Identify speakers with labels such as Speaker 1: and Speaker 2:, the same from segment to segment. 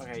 Speaker 1: Okay,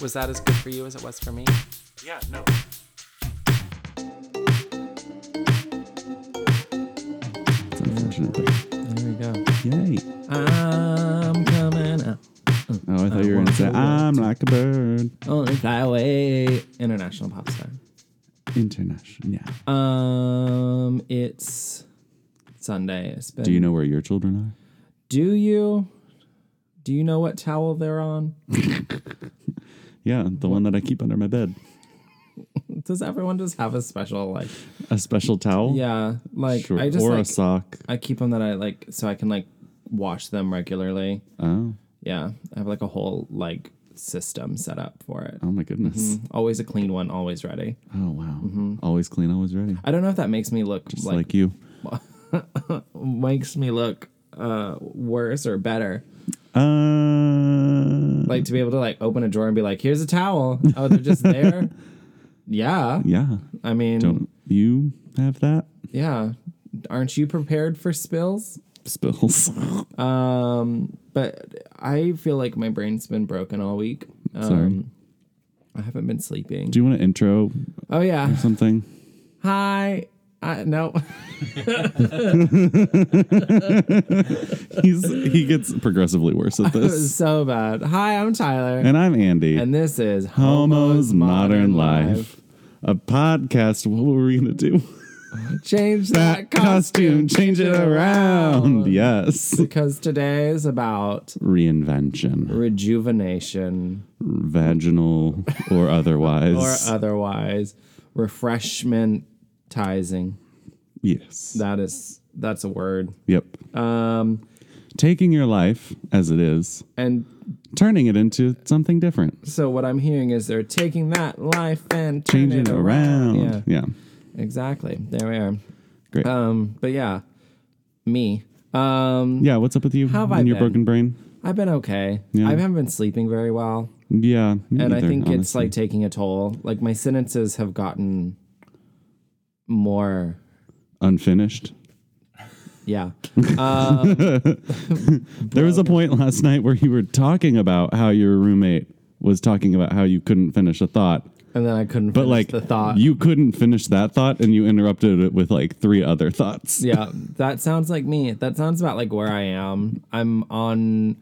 Speaker 1: Was that as good for you as it was for me?
Speaker 2: Yeah, no.
Speaker 3: There we go.
Speaker 4: Yay.
Speaker 3: I'm coming up.
Speaker 4: Oh, I thought you were going to say,
Speaker 3: wonderful
Speaker 4: I'm like a bird.
Speaker 3: Only that way. Oh, International pop star.
Speaker 4: International. Yeah.
Speaker 3: Um, it's Sunday. It's been,
Speaker 4: Do you know where your children are?
Speaker 3: Do you? Do you know what towel they're on?
Speaker 4: Yeah, the one that I keep under my bed.
Speaker 3: Does everyone just have a special like?
Speaker 4: A special towel?
Speaker 3: Yeah, like
Speaker 4: Sure.
Speaker 3: I just
Speaker 4: or a
Speaker 3: like
Speaker 4: sock.
Speaker 3: I keep them that I like so I can like wash them regularly.
Speaker 4: Oh,
Speaker 3: Yeah, I have like a whole like system set up for it.
Speaker 4: oh my goodness.
Speaker 3: Always a clean one, always ready.
Speaker 4: Oh, wow. Always clean, always ready.
Speaker 3: I don't know if that makes me look
Speaker 4: Just like,
Speaker 3: Mm-hmm. like
Speaker 4: you.
Speaker 3: makes me look uh worse or better
Speaker 4: Uh,
Speaker 3: like to be able to like open a drawer and be like here's a towel oh they're just there yeah
Speaker 4: yeah.
Speaker 3: i mean
Speaker 4: Don't you have that?
Speaker 3: yeah aren't you prepared for spills
Speaker 4: Spills.
Speaker 3: um but i feel like my brain's been broken all week um
Speaker 4: Sorry.
Speaker 3: i haven't been sleeping
Speaker 4: Do you want to intro
Speaker 3: oh yeah
Speaker 4: something?
Speaker 3: hi I, no
Speaker 4: He's He gets progressively worse at
Speaker 3: it was
Speaker 4: this.
Speaker 3: so bad hi i'm tyler
Speaker 4: And I'm Andy.
Speaker 3: and this is
Speaker 4: Homo's Modern Life, a podcast. What were we gonna do?
Speaker 3: change that,
Speaker 4: That costume, change it around. Yes,
Speaker 3: because today is about
Speaker 4: reinvention,
Speaker 3: rejuvenation
Speaker 4: vaginal or
Speaker 3: or uh,
Speaker 4: otherwise.
Speaker 3: otherwise refreshmentizing.
Speaker 4: yes.
Speaker 3: That is that's a word.
Speaker 4: Yep. Um, taking your life as it is,
Speaker 3: And
Speaker 4: turning it into something different,
Speaker 3: so what I'm hearing is they're taking that life and turning
Speaker 4: changing it around. Yeah.
Speaker 3: Yeah, exactly. There we are.
Speaker 4: Great.
Speaker 3: Um, but yeah, me. Um,
Speaker 4: yeah. What's up with you
Speaker 3: how have I
Speaker 4: and your
Speaker 3: been?
Speaker 4: broken brain?
Speaker 3: I've been okay.
Speaker 4: Yeah.
Speaker 3: I haven't been sleeping very well,
Speaker 4: Yeah. me
Speaker 3: and I
Speaker 4: either,
Speaker 3: think it's
Speaker 4: honestly.
Speaker 3: like taking a toll. Like my sentences have gotten more
Speaker 4: unfinished.
Speaker 3: Yeah.
Speaker 4: There
Speaker 3: Oh,
Speaker 4: was a point last night where you were talking about how your roommate was talking about how you couldn't finish a thought,
Speaker 3: And then I couldn't
Speaker 4: but
Speaker 3: finish
Speaker 4: like
Speaker 3: the thought.
Speaker 4: you couldn't finish that thought, and you interrupted it with like three other thoughts.
Speaker 3: yeah, that sounds like me. That sounds about like where I am. I'm on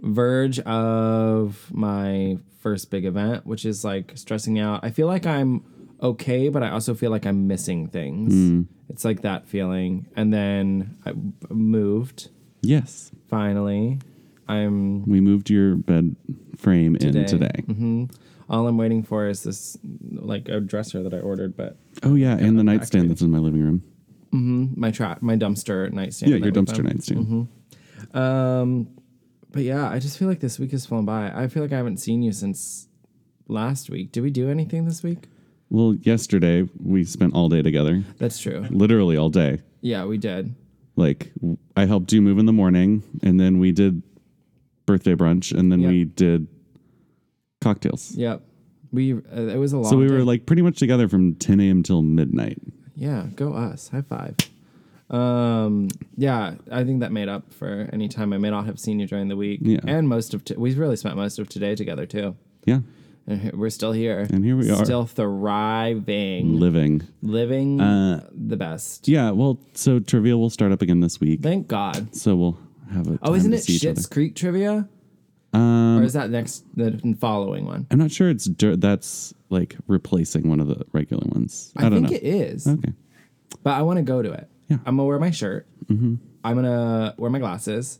Speaker 3: verge of my first big event, which is like stressing out. I feel like I'm okay, but I also feel like I'm missing things.
Speaker 4: Hmm.
Speaker 3: It's like that feeling. And then I moved
Speaker 4: Yes,
Speaker 3: finally. I'm
Speaker 4: we moved your bed frame
Speaker 3: Today. Mm-hmm.
Speaker 4: in today.
Speaker 3: all I'm waiting for is this like a dresser that I ordered, but
Speaker 4: Oh yeah, and the nightstand that's in my living room.
Speaker 3: my trap, my dumpster nightstand.
Speaker 4: Yeah,
Speaker 3: that
Speaker 4: your
Speaker 3: we
Speaker 4: dumpster
Speaker 3: found.
Speaker 4: nightstand.
Speaker 3: Mm-hmm. But yeah, I just feel like this week has flown by. I feel like I haven't seen you since last week. Did we do anything this week?
Speaker 4: Well, yesterday we spent all day together,
Speaker 3: That's true.
Speaker 4: literally all day.
Speaker 3: Yeah, we did.
Speaker 4: Like w- I helped you move in the morning, and then we did birthday brunch, and then
Speaker 3: Yeah.
Speaker 4: we did cocktails.
Speaker 3: Yep. We uh, it was a long.
Speaker 4: So we were
Speaker 3: day.
Speaker 4: like pretty much together from 10 a.m. till midnight.
Speaker 3: yeah, go us. High five. Um. Yeah, I think that made up for any time I may not have seen you during the week.
Speaker 4: Yeah.
Speaker 3: And most of t- we really spent most of today together too.
Speaker 4: Yeah,
Speaker 3: And he- we're still here.
Speaker 4: And here we are.
Speaker 3: Still thriving,
Speaker 4: living.
Speaker 3: living
Speaker 4: Uh,
Speaker 3: the best.
Speaker 4: Yeah, well, so Trivial will start up again this week.
Speaker 3: Thank God.
Speaker 4: So we'll have a.
Speaker 3: Oh,
Speaker 4: time
Speaker 3: isn't
Speaker 4: to
Speaker 3: it
Speaker 4: see each other. Um,
Speaker 3: Shit's Creek trivia? or is that next the following one?
Speaker 4: I'm not sure it's dur- that's like replacing one of the regular ones. I,
Speaker 3: I,
Speaker 4: don't
Speaker 3: think
Speaker 4: know.
Speaker 3: it is,
Speaker 4: okay.
Speaker 3: but I want to go to it.
Speaker 4: Yeah. Mm-hmm.
Speaker 3: I'm gonna wear my shirt. I'm gonna wear my glasses.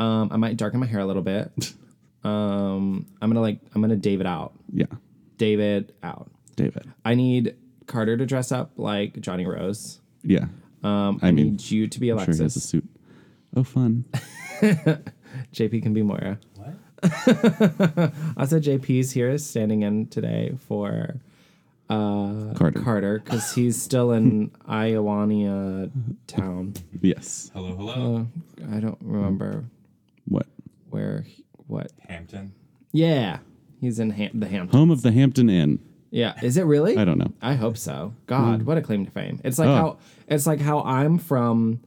Speaker 3: Um, I might darken my hair a little bit. um, I'm gonna like I'm gonna David out.
Speaker 4: Yeah,
Speaker 3: David out.
Speaker 4: David.
Speaker 3: I need Carter to dress up like Johnny Rose.
Speaker 4: Yeah.
Speaker 3: Um, I,
Speaker 4: mean,
Speaker 3: need you to be
Speaker 4: sure, he has a
Speaker 3: Alexis.
Speaker 4: suit. Oh, fun.
Speaker 3: JP can be Moira.
Speaker 2: What?
Speaker 3: Also, JP's here is standing in today for uh,
Speaker 4: Carter.
Speaker 3: Carter because he's still in Iowania town.
Speaker 4: Yes.
Speaker 5: Hello, hello.
Speaker 3: I don't remember
Speaker 4: What?
Speaker 3: where, he- what.
Speaker 5: Hampton.
Speaker 3: Yeah, he's in Ham- the Hamptons.
Speaker 4: Home of the Hampton Inn.
Speaker 3: Yeah, is it really?
Speaker 4: I don't know. Hmm.
Speaker 3: I hope so. God, what a claim to fame! It's like
Speaker 4: Oh.
Speaker 3: how it's like how I'm from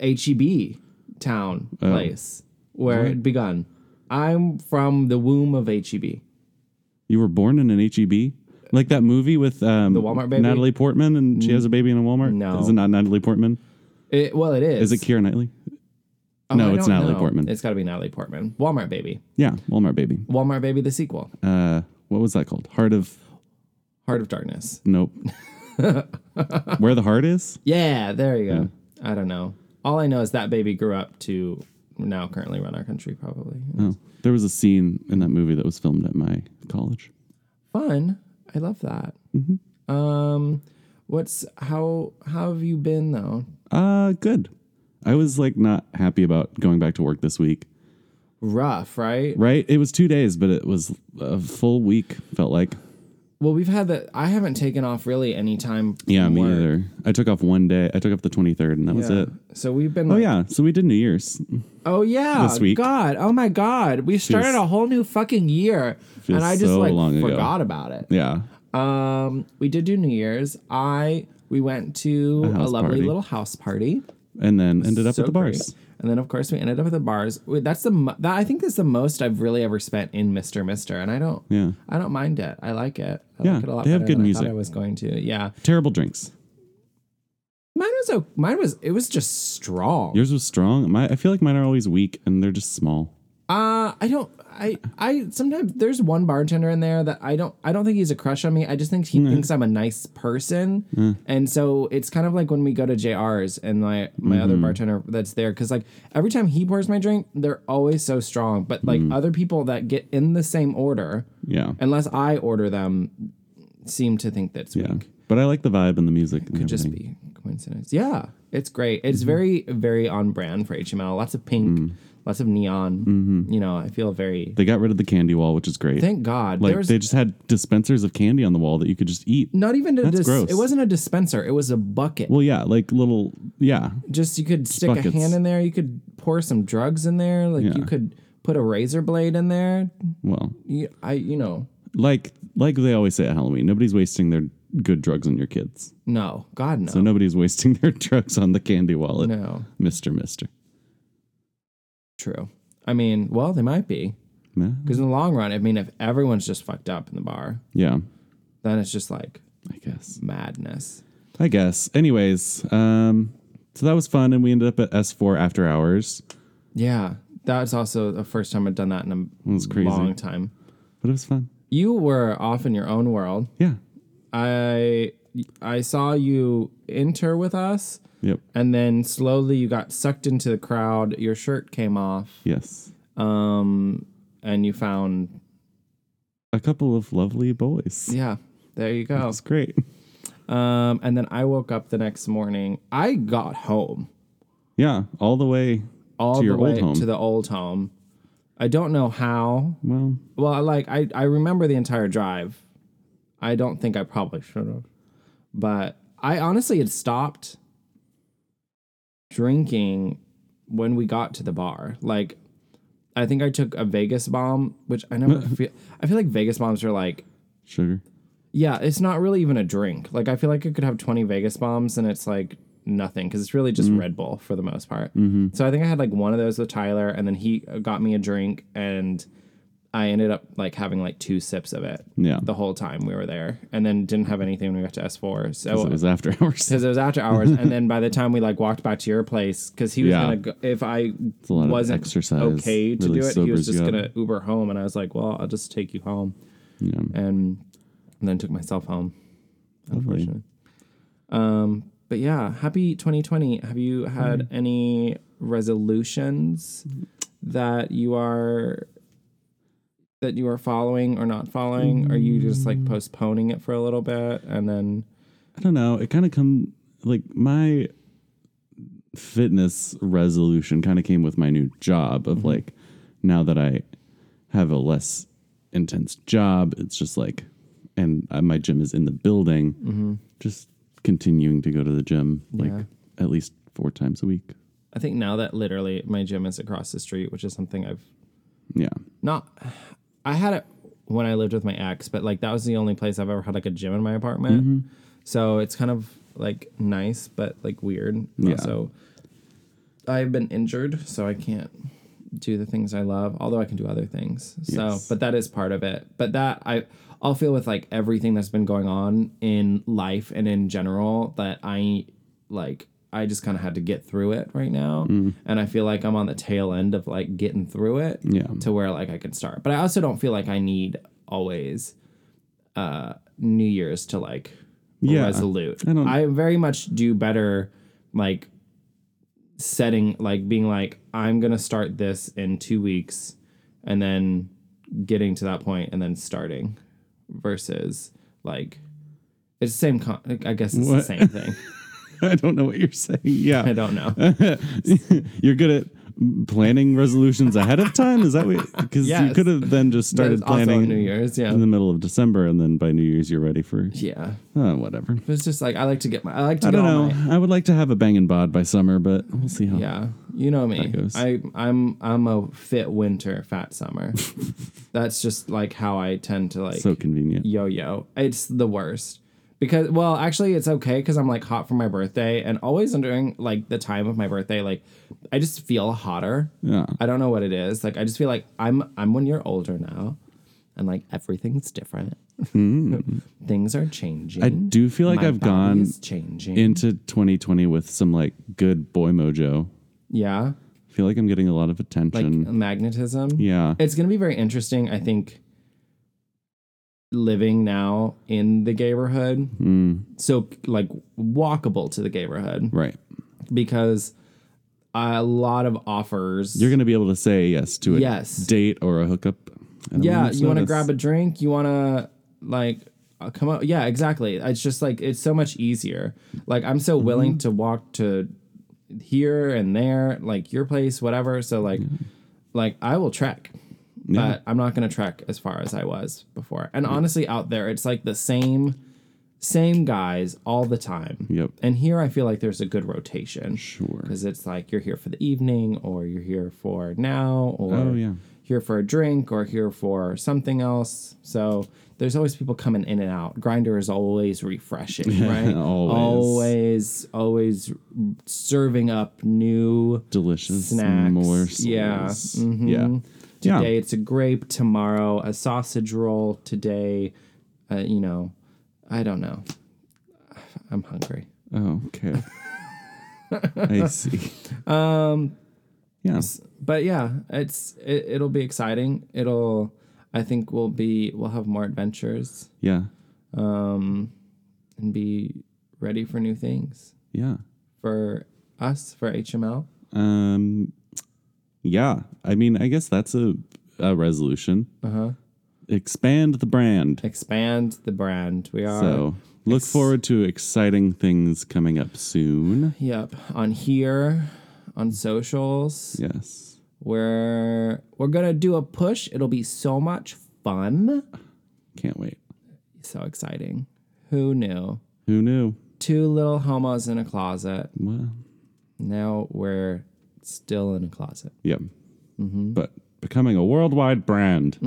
Speaker 3: HEB town
Speaker 4: Oh.
Speaker 3: place where it begun. I'm from the womb of E HEB.
Speaker 4: You were born in an HEB? Like that movie with um, the
Speaker 3: Walmart baby?
Speaker 4: Natalie Portman and she has a baby in a Walmart?
Speaker 3: No.
Speaker 4: Is it not Natalie Portman?
Speaker 3: It, well, it is.
Speaker 4: Is it Keira Knightley?
Speaker 3: Oh,
Speaker 4: no,
Speaker 3: I
Speaker 4: it's
Speaker 3: don't
Speaker 4: Natalie
Speaker 3: know.
Speaker 4: Portman.
Speaker 3: It's got to be Natalie Portman. Walmart Baby.
Speaker 4: Yeah, Walmart baby.
Speaker 3: Walmart Baby, the sequel.
Speaker 4: Uh, what was that called? Heart of
Speaker 3: Heart of Darkness.
Speaker 4: Nope. Where the heart is?
Speaker 3: Yeah, there you go. I don't know. All I know is that baby grew up to now currently run our country, probably.
Speaker 4: Oh, there was a scene in that movie that was filmed at my college.
Speaker 3: Fun. I love that.
Speaker 4: Mm-hmm.
Speaker 3: Um, what's how how have you been though?
Speaker 4: Uh, good. I was like not happy about going back to work this week.
Speaker 3: Rough, right?
Speaker 4: Right? It was two days, but it was a full week. Felt like.
Speaker 3: Well, we've had that. I haven't taken off really any time. from
Speaker 4: Yeah, me
Speaker 3: work.
Speaker 4: either. I took off one day. I took off the twenty third, and that was
Speaker 3: Yeah.
Speaker 4: it.
Speaker 3: So we've been.
Speaker 4: Oh yeah. So we did New Year's.
Speaker 3: Oh yeah,
Speaker 4: This week.
Speaker 3: God, oh my God, we started
Speaker 4: Feels-
Speaker 3: a whole new fucking year,
Speaker 4: Feels
Speaker 3: and I just
Speaker 4: so
Speaker 3: like
Speaker 4: long ago.
Speaker 3: forgot about it.
Speaker 4: Yeah.
Speaker 3: Um, we did do New Year's. I we went to a,
Speaker 4: house
Speaker 3: lovely
Speaker 4: party.
Speaker 3: little house party.
Speaker 4: And then ended up
Speaker 3: So
Speaker 4: at the
Speaker 3: great.
Speaker 4: bars.
Speaker 3: and then of course we ended up at the bars. Wait, That's the mo- that I think that's the most I've really ever spent in Mister Mister, and I don't.
Speaker 4: Yeah.
Speaker 3: I don't mind it. I like it. I
Speaker 4: Yeah,
Speaker 3: like it a lot
Speaker 4: they have
Speaker 3: better
Speaker 4: good
Speaker 3: than I
Speaker 4: music.
Speaker 3: thought I was going to. Yeah,
Speaker 4: Terrible drinks.
Speaker 3: mine was. o- Mine was. It was just strong.
Speaker 4: Yours was strong. My I feel like mine are always weak, and they're just small.
Speaker 3: Uh, I don't. I I sometimes there's one bartender in there that I don't. I don't think he's a crush on me. I just think he thinks I'm a nice person, and so it's kind of like when we go to Jr's and my my other bartender that's there because like every time he pours my drink, they're always so strong. But like other people that get in the same order,
Speaker 4: Yeah.
Speaker 3: unless I order them, seem to think that's
Speaker 4: yeah.
Speaker 3: weak.
Speaker 4: But I like the vibe and the music. and
Speaker 3: Could just
Speaker 4: everything.
Speaker 3: be coincidence. Yeah, it's great. It's very very on brand for HML. Lots of pink, lots of neon. You know, I feel very.
Speaker 4: They got rid of the candy wall, which is great.
Speaker 3: Thank God.
Speaker 4: like
Speaker 3: there was
Speaker 4: they just had dispensers of candy on the wall that you could just eat.
Speaker 3: not even a
Speaker 4: That's
Speaker 3: dis-
Speaker 4: gross.
Speaker 3: it wasn't a dispenser. It was a bucket.
Speaker 4: Well, yeah, like little, yeah,
Speaker 3: just you could stick a
Speaker 4: buckets.
Speaker 3: hand in there. You could pour some drugs in there. Like you
Speaker 4: Yeah.
Speaker 3: could put a razor blade in there.
Speaker 4: well,
Speaker 3: You, I you know
Speaker 4: like like they always say at Halloween, nobody's wasting their good drugs on your kids,
Speaker 3: no God no
Speaker 4: so nobody's wasting their drugs on the candy wallet,
Speaker 3: no
Speaker 4: Mister Mister.
Speaker 3: true. I mean, well, they might be
Speaker 4: Yeah.
Speaker 3: because in the long run, I mean, if everyone's just fucked up in the bar,
Speaker 4: Yeah,
Speaker 3: then it's just like
Speaker 4: I guess.
Speaker 3: Mm. madness.
Speaker 4: I guess. Anyways, um, so that was fun, and we ended up at S four after hours,
Speaker 3: Yeah, that's also the first time I've done that in a
Speaker 4: was crazy.
Speaker 3: long time.
Speaker 4: but it was fun.
Speaker 3: You were off in your own world.
Speaker 4: Yeah.
Speaker 3: I I saw you enter with us,
Speaker 4: Yep.
Speaker 3: and then slowly you got sucked into the crowd. Your shirt came off,
Speaker 4: Yes.
Speaker 3: um, and you found
Speaker 4: A couple of lovely boys.
Speaker 3: yeah. There you go.
Speaker 4: It's great.
Speaker 3: Um, and then I woke up the next morning. I got home
Speaker 4: Yeah, all the way
Speaker 3: all
Speaker 4: to
Speaker 3: the
Speaker 4: your
Speaker 3: way
Speaker 4: old home.
Speaker 3: to the old home. I don't know how.
Speaker 4: well,
Speaker 3: Well, I like I I remember the entire drive. I don't think I probably should have, but I honestly had stopped drinking when we got to the bar. Like, I think I took a Vegas bomb, which I never feel. I feel like Vegas bombs are like,
Speaker 4: sugar.
Speaker 3: yeah, it's not really even a drink. Like, I feel like I could have twenty Vegas bombs and it's like nothing because it's really just
Speaker 4: Mm-hmm.
Speaker 3: Red Bull for the most part. So I think I had like one of those with Tyler, and then he uh, got me a drink and. I ended up like having like two sips of it
Speaker 4: Yeah.
Speaker 3: the whole time we were there, and then didn't have anything when we got to S four. So
Speaker 4: Oh, it was after hours.
Speaker 3: because it was after hours, and then by the time we like walked back to your place, because he was
Speaker 4: Yeah.
Speaker 3: gonna go, if I
Speaker 4: a lot of
Speaker 3: wasn't
Speaker 4: exercise,
Speaker 3: okay to
Speaker 4: really
Speaker 3: do it, he was
Speaker 4: sobers
Speaker 3: just
Speaker 4: you up.
Speaker 3: gonna Uber home, and I was like, well, I'll just take you home,
Speaker 4: Yeah.
Speaker 3: and, and then took myself home.
Speaker 4: Lovely.
Speaker 3: Unfortunately, um, but yeah, happy 2020. Have you had any resolutions that you are? That you are following or not following? Are you just like postponing it for a little bit and then
Speaker 4: I don't know. It kind of come like my Mm-hmm. fitness resolution kind of came with my new job of like now that I have a less intense job. It's just like, and uh, my gym is in the building. Just continuing to go to the gym
Speaker 3: Yeah.
Speaker 4: like at least four times a week.
Speaker 3: I think now that literally my gym is across the street, which is something I've
Speaker 4: Yeah,
Speaker 3: not I had it when I lived with my ex, but like that was the only place I've ever had like a gym in my apartment. So it's kind of like nice but like weird.
Speaker 4: Yeah.
Speaker 3: Also I've been injured, so I can't do the things I love, although I can do other things.
Speaker 4: Yes.
Speaker 3: So but that is part of it. But that I I'll feel with like everything that's been going on in life and in general that I like I just kind of had to get through it right now.
Speaker 4: Mm.
Speaker 3: And I feel like I'm on the tail end of like getting through it
Speaker 4: Yeah.
Speaker 3: to where like I can start. But I also don't feel like I need always uh New Year's to like
Speaker 4: Yeah.
Speaker 3: resolute.
Speaker 4: I don't-
Speaker 3: I very much do better like setting like being like I'm going to start this in 2 weeks and then getting to that point and then starting versus like it's the same con- I guess it's the
Speaker 4: What?
Speaker 3: same thing.
Speaker 4: I don't know what you're saying. Yeah,
Speaker 3: I don't know.
Speaker 4: You're good at planning resolutions ahead of time. Is that what? Because
Speaker 3: Yes.
Speaker 4: you could have then just
Speaker 3: That
Speaker 4: started
Speaker 3: was also
Speaker 4: planning Mm.
Speaker 3: New Year's, yeah.
Speaker 4: in the middle of December, and then by New Year's you're ready for
Speaker 3: Yeah.
Speaker 4: oh, whatever.
Speaker 3: But it's just like I like to get my I like to
Speaker 4: I
Speaker 3: get
Speaker 4: don't
Speaker 3: all
Speaker 4: know.
Speaker 3: my
Speaker 4: I would like to have a banging bod by summer, but we'll see how.
Speaker 3: Yeah, you know me.
Speaker 4: goes.
Speaker 3: I I'm I'm a fit winter, fat summer. That's just like how I tend to like
Speaker 4: So convenient.
Speaker 3: yo yo. It's the worst because well, actually, it's okay because I'm like hot for my birthday and always during like the time of my birthday, like I just feel hotter.
Speaker 4: Yeah.
Speaker 3: I don't know what it is. Like I just feel like I'm I'm one year older now, and like everything's different. Things are changing.
Speaker 4: Hmm. I do feel like
Speaker 3: My
Speaker 4: I've
Speaker 3: body
Speaker 4: gone
Speaker 3: is changing.
Speaker 4: into 2020 with some like good boy mojo.
Speaker 3: yeah.
Speaker 4: I feel like I'm getting a lot of
Speaker 3: like uh,
Speaker 4: attention.
Speaker 3: magnetism.
Speaker 4: yeah.
Speaker 3: It's going to be very interesting, I think, living now in the neighborhood. So, like, walkable to the neighborhood
Speaker 4: right.
Speaker 3: because a lot of offers.
Speaker 4: You're going to be able to say yes to a
Speaker 3: Yes.
Speaker 4: date or a hookup.
Speaker 3: yeah, you want to grab a drink, you want to, like, uh, come up. Yeah, exactly. It's just like, it's so much easier. Like, I'm so willing
Speaker 4: Mm-hmm.
Speaker 3: to walk to here and there, like your place, whatever. So, like,
Speaker 4: Mm-hmm.
Speaker 3: like I will trek. but I'm not gonna trek as far as I was before. And honestly, out there, it's like the same, same guys all the time.
Speaker 4: Yep.
Speaker 3: And here, I feel like there's a good rotation.
Speaker 4: Sure.
Speaker 3: Because it's like you're here for the evening, or you're here for now, or
Speaker 4: Oh, yeah.
Speaker 3: here for a drink, or here for something else. So there's always people coming in and out. Grinder is always refreshing, right? always,
Speaker 4: always.
Speaker 3: always serving up new.
Speaker 4: Delicious
Speaker 3: Snacks.
Speaker 4: morsels.
Speaker 3: Yeah. Mm-hmm.
Speaker 4: Yeah. Yeah.
Speaker 3: Today it's a grape. Tomorrow a sausage roll. Today, uh, you know, I don't know. I'm hungry.
Speaker 4: Oh, okay. I see. Um. Yeah.
Speaker 3: But yeah, it's it, it'll be exciting. It'll I think we'll be we'll have more adventures
Speaker 4: Yeah.
Speaker 3: and be ready for new things
Speaker 4: Yeah.
Speaker 3: for us for HML.
Speaker 4: Um. Yeah. I mean, I guess that's a, a resolution. Uh huh.
Speaker 3: Uh-huh.
Speaker 4: Expand the brand.
Speaker 3: Expand the brand. We are
Speaker 4: So look forward to exciting things coming up soon.
Speaker 3: yep on here on socials.
Speaker 4: Yes.
Speaker 3: We're we're gonna do a push. It'll be so much fun.
Speaker 4: Can't wait.
Speaker 3: So exciting. Who knew?
Speaker 4: Who knew?
Speaker 3: Two little homos in a closet.
Speaker 4: Well.
Speaker 3: Now we're still in a closet.
Speaker 4: Yep.
Speaker 3: Mm-hmm.
Speaker 4: But becoming a worldwide brand.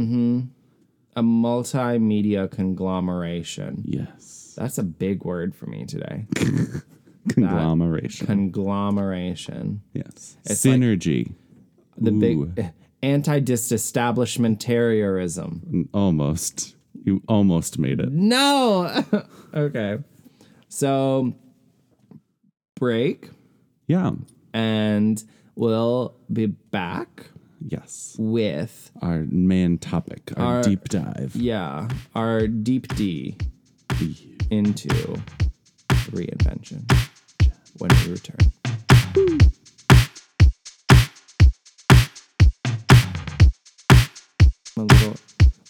Speaker 3: A multimedia conglomeration.
Speaker 4: Yes.
Speaker 3: That's a big word for me today.
Speaker 4: Conglomeration.
Speaker 3: Conglomeration.
Speaker 4: yes.
Speaker 3: It's like-
Speaker 4: Synergy.
Speaker 3: The
Speaker 4: Ooh.
Speaker 3: big eh, anti disestablishmentarianism.
Speaker 4: Almost. You almost made it.
Speaker 3: No. okay. So break
Speaker 4: Yeah.
Speaker 3: and we'll be back
Speaker 4: Yes.
Speaker 3: with
Speaker 4: Our main topic, our, deep dive.
Speaker 3: Yeah, our deep D into reinvention when we return. I'm a little,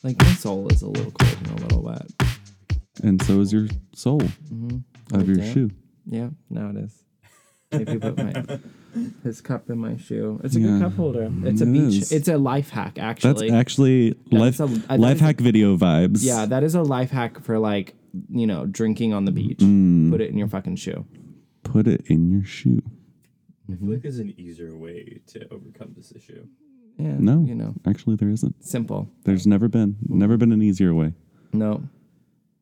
Speaker 3: like my soul is a little cold and a little wet. Mm-hmm.
Speaker 4: And so is your soul of your
Speaker 3: damn.
Speaker 4: shoe.
Speaker 3: Yeah, now it is. If you put my his cup in my shoe, it's a
Speaker 4: Yeah.
Speaker 3: good cup holder. It's a
Speaker 4: It
Speaker 3: beach.
Speaker 4: is.
Speaker 3: It's a life hack,
Speaker 4: That's
Speaker 3: actually.
Speaker 4: actually life
Speaker 3: a- I think
Speaker 4: life
Speaker 3: it's a-
Speaker 4: hack video vibes.
Speaker 3: yeah, that is a life hack for like you know drinking on the beach.
Speaker 4: Mm-hmm.
Speaker 3: Put it in your fucking shoe.
Speaker 4: Put it in your shoe.
Speaker 5: I feel like there's an easier way to overcome this issue.
Speaker 3: Yeah,
Speaker 4: No,
Speaker 3: you know,
Speaker 4: actually there isn't.
Speaker 3: simple.
Speaker 4: There's never been
Speaker 3: Mm-hmm.
Speaker 4: never been an easier way.
Speaker 3: No,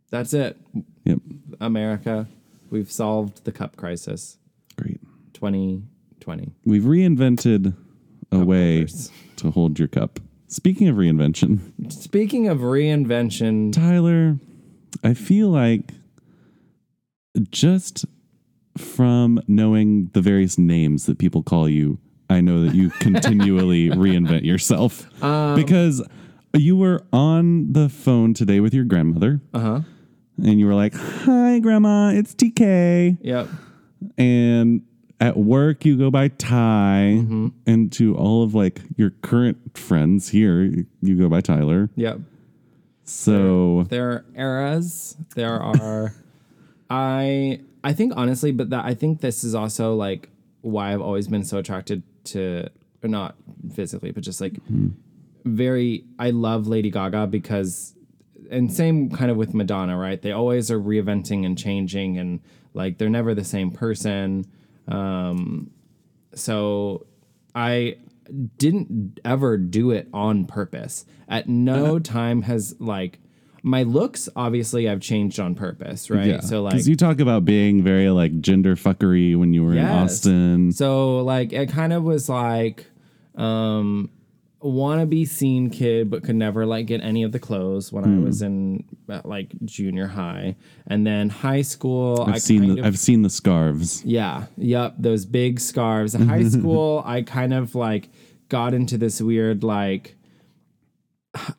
Speaker 3: that's it,
Speaker 4: Yep.
Speaker 3: America. We've solved the cup crisis.
Speaker 4: Great.
Speaker 3: 2020.
Speaker 4: We've reinvented a way to hold your cup. Speaking of reinvention,
Speaker 3: Speaking of reinvention,
Speaker 4: Tyler, I feel like just from knowing the various names that people call you, I know that you continually reinvent yourself because you were on the phone today with your grandmother. Uh-huh. And you were like, "Hi, grandma, it's TK."
Speaker 3: yep.
Speaker 4: and at work you go by Ty, and to all of like your current friends here, you go by Tyler.
Speaker 3: Yep.
Speaker 4: So
Speaker 3: There are eras. There are I I think honestly, but that I think this is also like why I've always been so attracted to or not physically, but just like very I love Lady Gaga because and same kind of with Madonna, right? They always are reinventing and changing and like they're never the same person. Um so I didn't ever do it on purpose. At no time has like my looks obviously I've changed on purpose, right? So like
Speaker 4: because you talk about being very like gender fuckery when you were in
Speaker 3: Yes.
Speaker 4: Austin.
Speaker 3: So like it kind of was like um wanna be seen kid but could never like get any of the clothes when
Speaker 4: Mm.
Speaker 3: I was in uh, like junior high and then high school
Speaker 4: I've seen
Speaker 3: kind
Speaker 4: the,
Speaker 3: of-
Speaker 4: I've seen the scarves.
Speaker 3: yeah. Yep. Those big scarves. In high school, I kind of like got into this weird, like,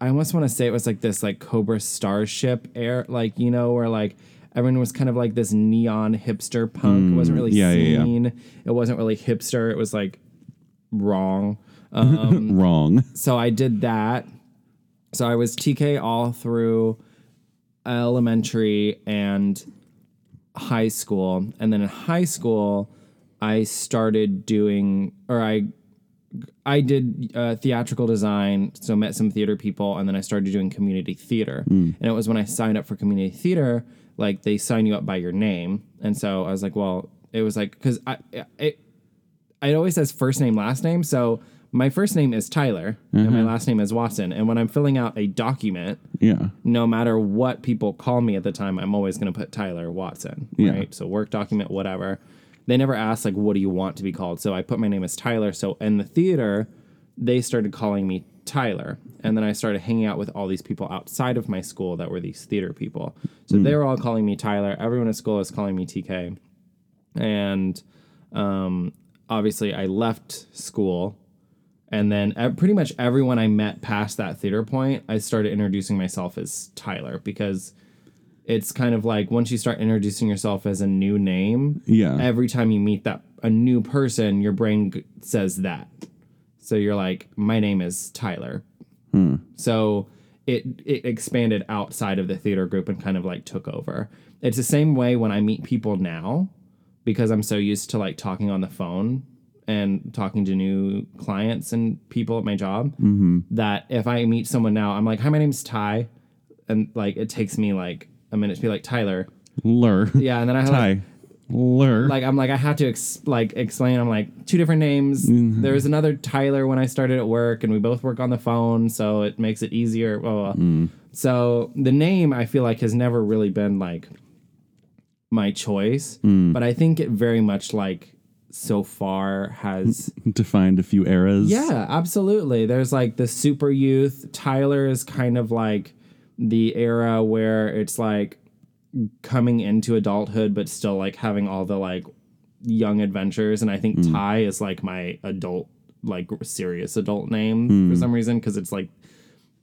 Speaker 3: I almost want to say it was like this, like, Cobra Starship air, like, you know, where like everyone was kind of like this neon hipster punk. it wasn't really
Speaker 4: Mm, yeah, yeah, yeah.
Speaker 3: seen. It wasn't really hipster. It was like wrong. Mm.
Speaker 4: Wrong.
Speaker 3: So I did that. So I was TK all through elementary and high school. And then in high school, I started doing, or I, I did uh, theatrical design, so met some theater people, and then I started doing community theater. And it was when I signed up for community theater, like they sign you up by your name, and so I was like, well, it was like because I, it, it always says first name last name so my first name is tyler and my last name is watson and when i'm filling out a document
Speaker 4: Yeah.
Speaker 3: no matter what people call me at the time i'm always going to put tyler watson right so work document whatever they never asked like what do you want to be called so i put my name as tyler so in the theater they started calling me tyler and then i started hanging out with all these people outside of my school that were these theater people so they were all calling me tyler everyone at school is calling me tk and um, obviously I left school, and then e- pretty much everyone I met past that theater point, I started introducing myself as Tyler because it's kind of like once you start introducing yourself as a new name,
Speaker 4: Yeah.
Speaker 3: every time you meet that a new person, your brain g- says that, so you're like, my name is Tyler. So it it expanded outside of the theater group and kind of like took over. It's the same way when I meet people now because I'm so used to like talking on the phone and talking to new clients and people at my job that if I meet someone now, I'm like, "Hi, my name's Ty," and like it takes me like a minute to be like Tyler.
Speaker 4: Lur.
Speaker 3: Yeah, and then I have like,
Speaker 4: Ty. Lur.
Speaker 3: like I'm like I have to ex- like explain. I'm like two different names. There was another Tyler when I started at work, and we both work on the phone, so it makes it easier. Blah, blah, blah. So the name I feel like has never really been like my choice, but I think it very much like so far has.
Speaker 4: Defined a few eras.
Speaker 3: Yeah, absolutely. There's like the super youth. Tyler is kind of like the era where it's like coming into adulthood, but still like having all the like young adventures. And I think
Speaker 4: Mm.
Speaker 3: Ty is like my adult, like serious adult name
Speaker 4: Mm.
Speaker 3: for some reason because it's like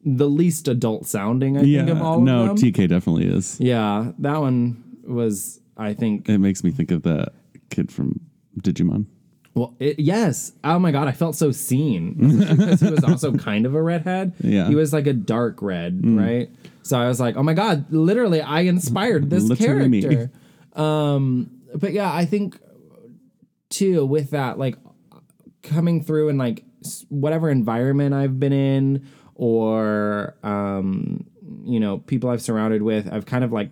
Speaker 3: the least adult sounding. I
Speaker 4: Yeah.
Speaker 3: think of all
Speaker 4: no,
Speaker 3: of them.
Speaker 4: TK definitely is.
Speaker 3: yeah, that one was I think
Speaker 4: It makes me think of that kid from Digimon.
Speaker 3: Well, it, yes. Oh my god, I felt so seen because he was also kind of a redhead.
Speaker 4: Yeah. Mm.
Speaker 3: he was like a dark red, right? So I was like, oh my god, literally, I inspired this
Speaker 4: Literally me.
Speaker 3: character. Um, but yeah, I think too with that like coming through and like s- whatever environment I've been in or um you know people I've surrounded with I've kind of like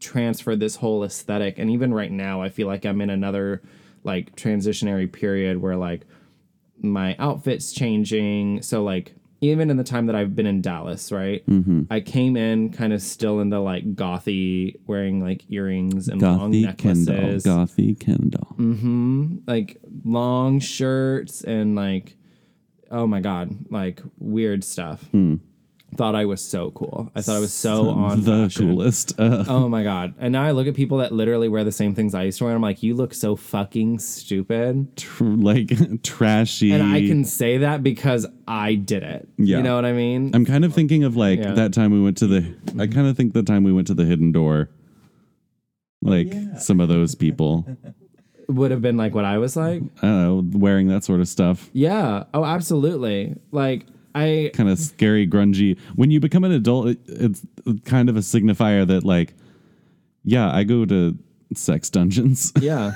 Speaker 3: transferred this whole aesthetic and even right now I feel like I'm in another like transitionary period where like my outfits changing so like even in the time that I've been in Dallas, right?
Speaker 4: Mm-hmm.
Speaker 3: I came in kind of still in the like gothy, wearing like earrings and long
Speaker 4: Gothy
Speaker 3: necklaces Mm,
Speaker 4: Kendall. Gothy Kendall.
Speaker 3: like long shirts and like oh my god like weird stuff
Speaker 4: Hmm.
Speaker 3: thought i was so cool i thought i was so on
Speaker 4: the
Speaker 3: fashion.
Speaker 4: coolest. Uh,
Speaker 3: oh my god and now i look at people that literally wear the same things i used to wear and i'm like you look so fucking stupid
Speaker 4: tr- like trashy.
Speaker 3: and i can say that because i did it
Speaker 4: Yeah.
Speaker 3: you know what i mean
Speaker 4: I'm kind of thinking of like
Speaker 3: Yeah.
Speaker 4: that time we went to the. I kind of think the time we went to the hidden door. Like some of those people,
Speaker 3: would have been like what i was like
Speaker 4: I don't know, wearing that sort of stuff.
Speaker 3: yeah oh absolutely like i
Speaker 4: kind of scary, grungy. When you become an adult, it, it's kind of a signifier that, like, yeah, I go to sex dungeons.
Speaker 3: yeah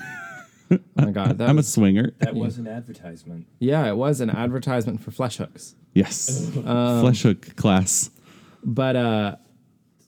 Speaker 3: oh my god that
Speaker 4: I'm a
Speaker 3: was,
Speaker 4: swinger.
Speaker 5: That was an advertisement.
Speaker 3: yeah it was an advertisement for flesh hooks
Speaker 4: Yes.
Speaker 3: Um,
Speaker 4: Flesh hook class.
Speaker 3: but uh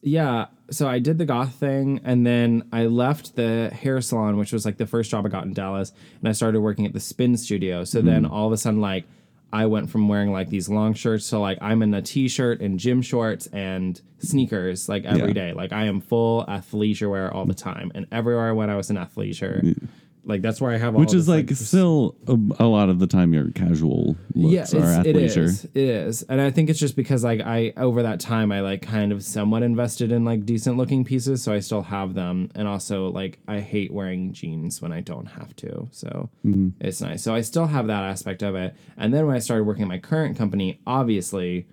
Speaker 3: yeah so i did the goth thing and then i left the hair salon which was like the first job i got in dallas and i started working at the spin studio so then
Speaker 4: Mm-hmm.
Speaker 3: all of a sudden like i went from wearing like these long shirts to like i'm in a t-shirt and gym shorts and sneakers like every day. like i am full athleisure wear all the time and everywhere i went i was in athleisure like that's where i have all
Speaker 4: Which is
Speaker 3: this,
Speaker 4: like, still a, a lot of the time your casual looks
Speaker 3: yeah,
Speaker 4: are
Speaker 3: it's- it
Speaker 4: athleisure.
Speaker 3: is. It is, and I think it's just because like I over that time I like kind of somewhat invested in like decent looking pieces, so I still have them, and also like I hate wearing jeans when I don't have to, so
Speaker 4: Mm.
Speaker 3: it's nice. So I still have that aspect of it, and then when I started working at my current company, obviously,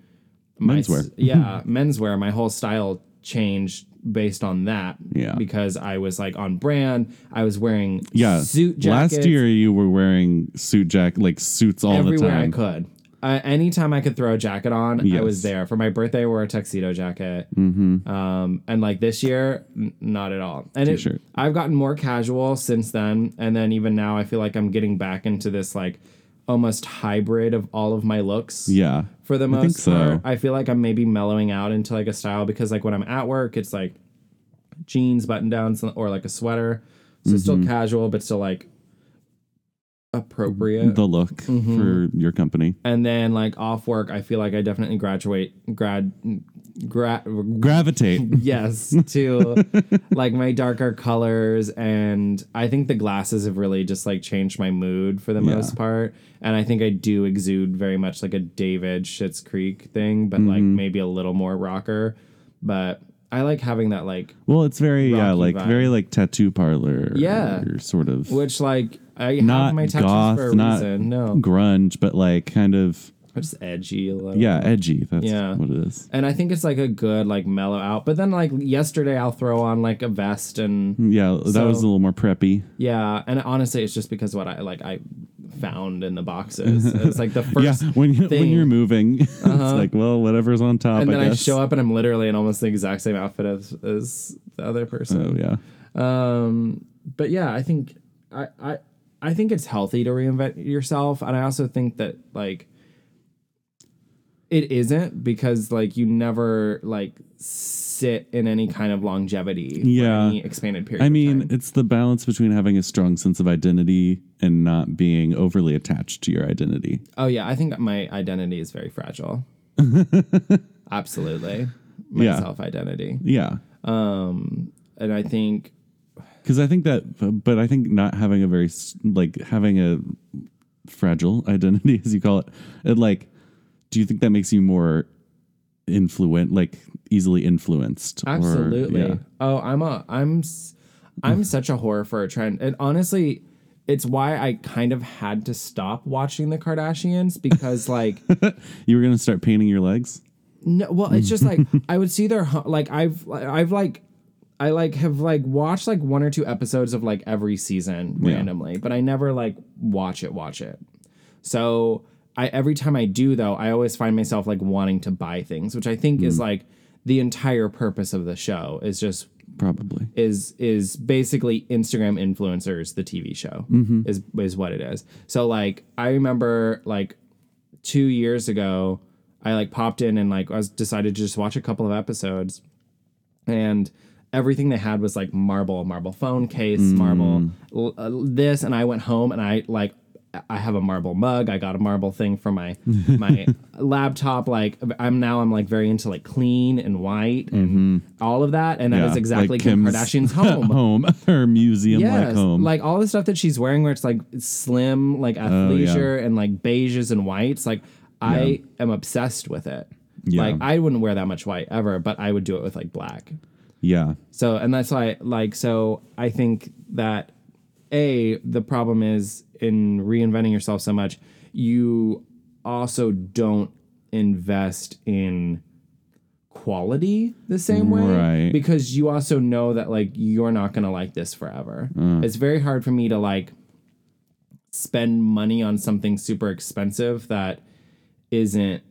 Speaker 3: my s-
Speaker 4: Menswear.
Speaker 3: yeah, menswear, my whole style changed based on that,
Speaker 4: Yeah.
Speaker 3: because I was like on brand, I was wearing
Speaker 4: Yeah.
Speaker 3: suit jackets
Speaker 4: Last year you were wearing suit jack like suits all the
Speaker 3: everywhere I
Speaker 4: time.
Speaker 3: could. Uh, anytime I could throw a jacket on, I
Speaker 4: Yes.
Speaker 3: was there. For my birthday, I wore a tuxedo jacket. Mm-hmm. Um, and like this year, n- not at all. And it,
Speaker 4: T-shirt.
Speaker 3: I've gotten more casual since then. And then even now, I feel like I'm getting back into this like almost hybrid of all of my looks.
Speaker 4: Yeah.
Speaker 3: For the
Speaker 4: I
Speaker 3: most
Speaker 4: think so.
Speaker 3: part, I feel like I'm maybe mellowing out into like a style because like when I'm at work, it's like jeans, button downs, or like a sweater. So it's
Speaker 4: Mm-hmm.
Speaker 3: still casual, but still like appropriate
Speaker 4: the look
Speaker 3: Mm-hmm.
Speaker 4: for your company.
Speaker 3: and then like off work i feel like i definitely graduate grad grad
Speaker 4: Gravitate.
Speaker 3: yes to like my darker colors and i think the glasses have really just like changed my mood for the most part and i think i do exude very much like a david Schitt's creek thing but like
Speaker 4: Mm-hmm.
Speaker 3: maybe a little more rocker but i like having that like
Speaker 4: Well, it's very yeah,
Speaker 3: Rocky
Speaker 4: like
Speaker 3: vibe.
Speaker 4: very like tattoo parlor.
Speaker 3: Yeah.
Speaker 4: sort of
Speaker 3: which like i
Speaker 4: Not
Speaker 3: have my tattoos
Speaker 4: goth,
Speaker 3: for a
Speaker 4: not
Speaker 3: reason no
Speaker 4: grunge, but like kind of
Speaker 3: just edgy a little
Speaker 4: yeah, edgy. That's
Speaker 3: Yeah.
Speaker 4: what it is.
Speaker 3: And I think it's like a good like mellow out. But then like yesterday I'll throw on like a vest and
Speaker 4: Yeah, that
Speaker 3: So-
Speaker 4: was a little more preppy.
Speaker 3: yeah. And honestly, it's just because what I like I found in the boxes. it's like the first
Speaker 4: yeah, when you, when
Speaker 3: thing. Uh-huh.
Speaker 4: you're moving, it's like well, whatever's on top.
Speaker 3: and
Speaker 4: I
Speaker 3: then I,
Speaker 4: guess.
Speaker 3: show up and I'm literally in almost the exact same outfit as, as the other person.
Speaker 4: So yeah,
Speaker 3: Um, but yeah, I think I, I I think it's healthy to reinvent yourself, and I also think that like it isn't because like you never like sit in any kind of longevity. for
Speaker 4: Yeah.
Speaker 3: any expanded period.
Speaker 4: I
Speaker 3: of
Speaker 4: mean,
Speaker 3: time.
Speaker 4: it's the balance between having a strong sense of identity and not being overly attached to your identity.
Speaker 3: oh yeah, I think my identity is very fragile. Absolutely, my
Speaker 4: Yeah.
Speaker 3: self identity,
Speaker 4: Yeah,
Speaker 3: and I think
Speaker 4: because I think that, but I think not having a very s- like having a fragile identity, as you call it, it like, do you think that makes you more influent, like easily influenced? or-
Speaker 3: Absolutely.
Speaker 4: yeah.
Speaker 3: Oh, I'm a I'm s- I'm such a horror for a trend. And honestly, it's why I kind of had to stop watching the Kardashians because like
Speaker 4: You were gonna start painting your legs.
Speaker 3: no, well, it's just like I would see their hu- like I've I've like I like have like watched like one or two episodes of like every season randomly, but I never like watch it watch it. So I every time I do though, I always find myself like wanting to buy things, which I think is like the entire purpose of the show is just
Speaker 4: probably.
Speaker 3: is is basically Instagram influencers the TV show is is what it is. So like I remember like 2 years ago I like popped in and like I was decided to just watch a couple of episodes and everything they had was like marble, marble phone case,
Speaker 4: Mm.
Speaker 3: marble l- uh, this and I went home and I like I have a marble mug. I got a marble thing for my my laptop. Like I'm now, I'm like very into like clean and white and all of that. And that is
Speaker 4: Mm-hmm. Yeah,
Speaker 3: exactly
Speaker 4: like
Speaker 3: Kim
Speaker 4: Kim's
Speaker 3: Kardashian's home.
Speaker 4: home or museum like um,
Speaker 3: Yes,
Speaker 4: home.
Speaker 3: like all the stuff that she's wearing, where it's like slim, like
Speaker 4: Oh,
Speaker 3: athleisure, and like beiges and whites. Like I am obsessed with it.
Speaker 4: Yeah.
Speaker 3: Like I wouldn't wear that much white ever, but I would do it with like black.
Speaker 4: yeah.
Speaker 3: So, and that's why, like, so I think that A, the problem is in reinventing yourself so much, you also don't invest in quality the same way
Speaker 4: Right.
Speaker 3: because you also know that like you're not going to like this forever. It's very hard for me to like spend money on something super expensive that isn't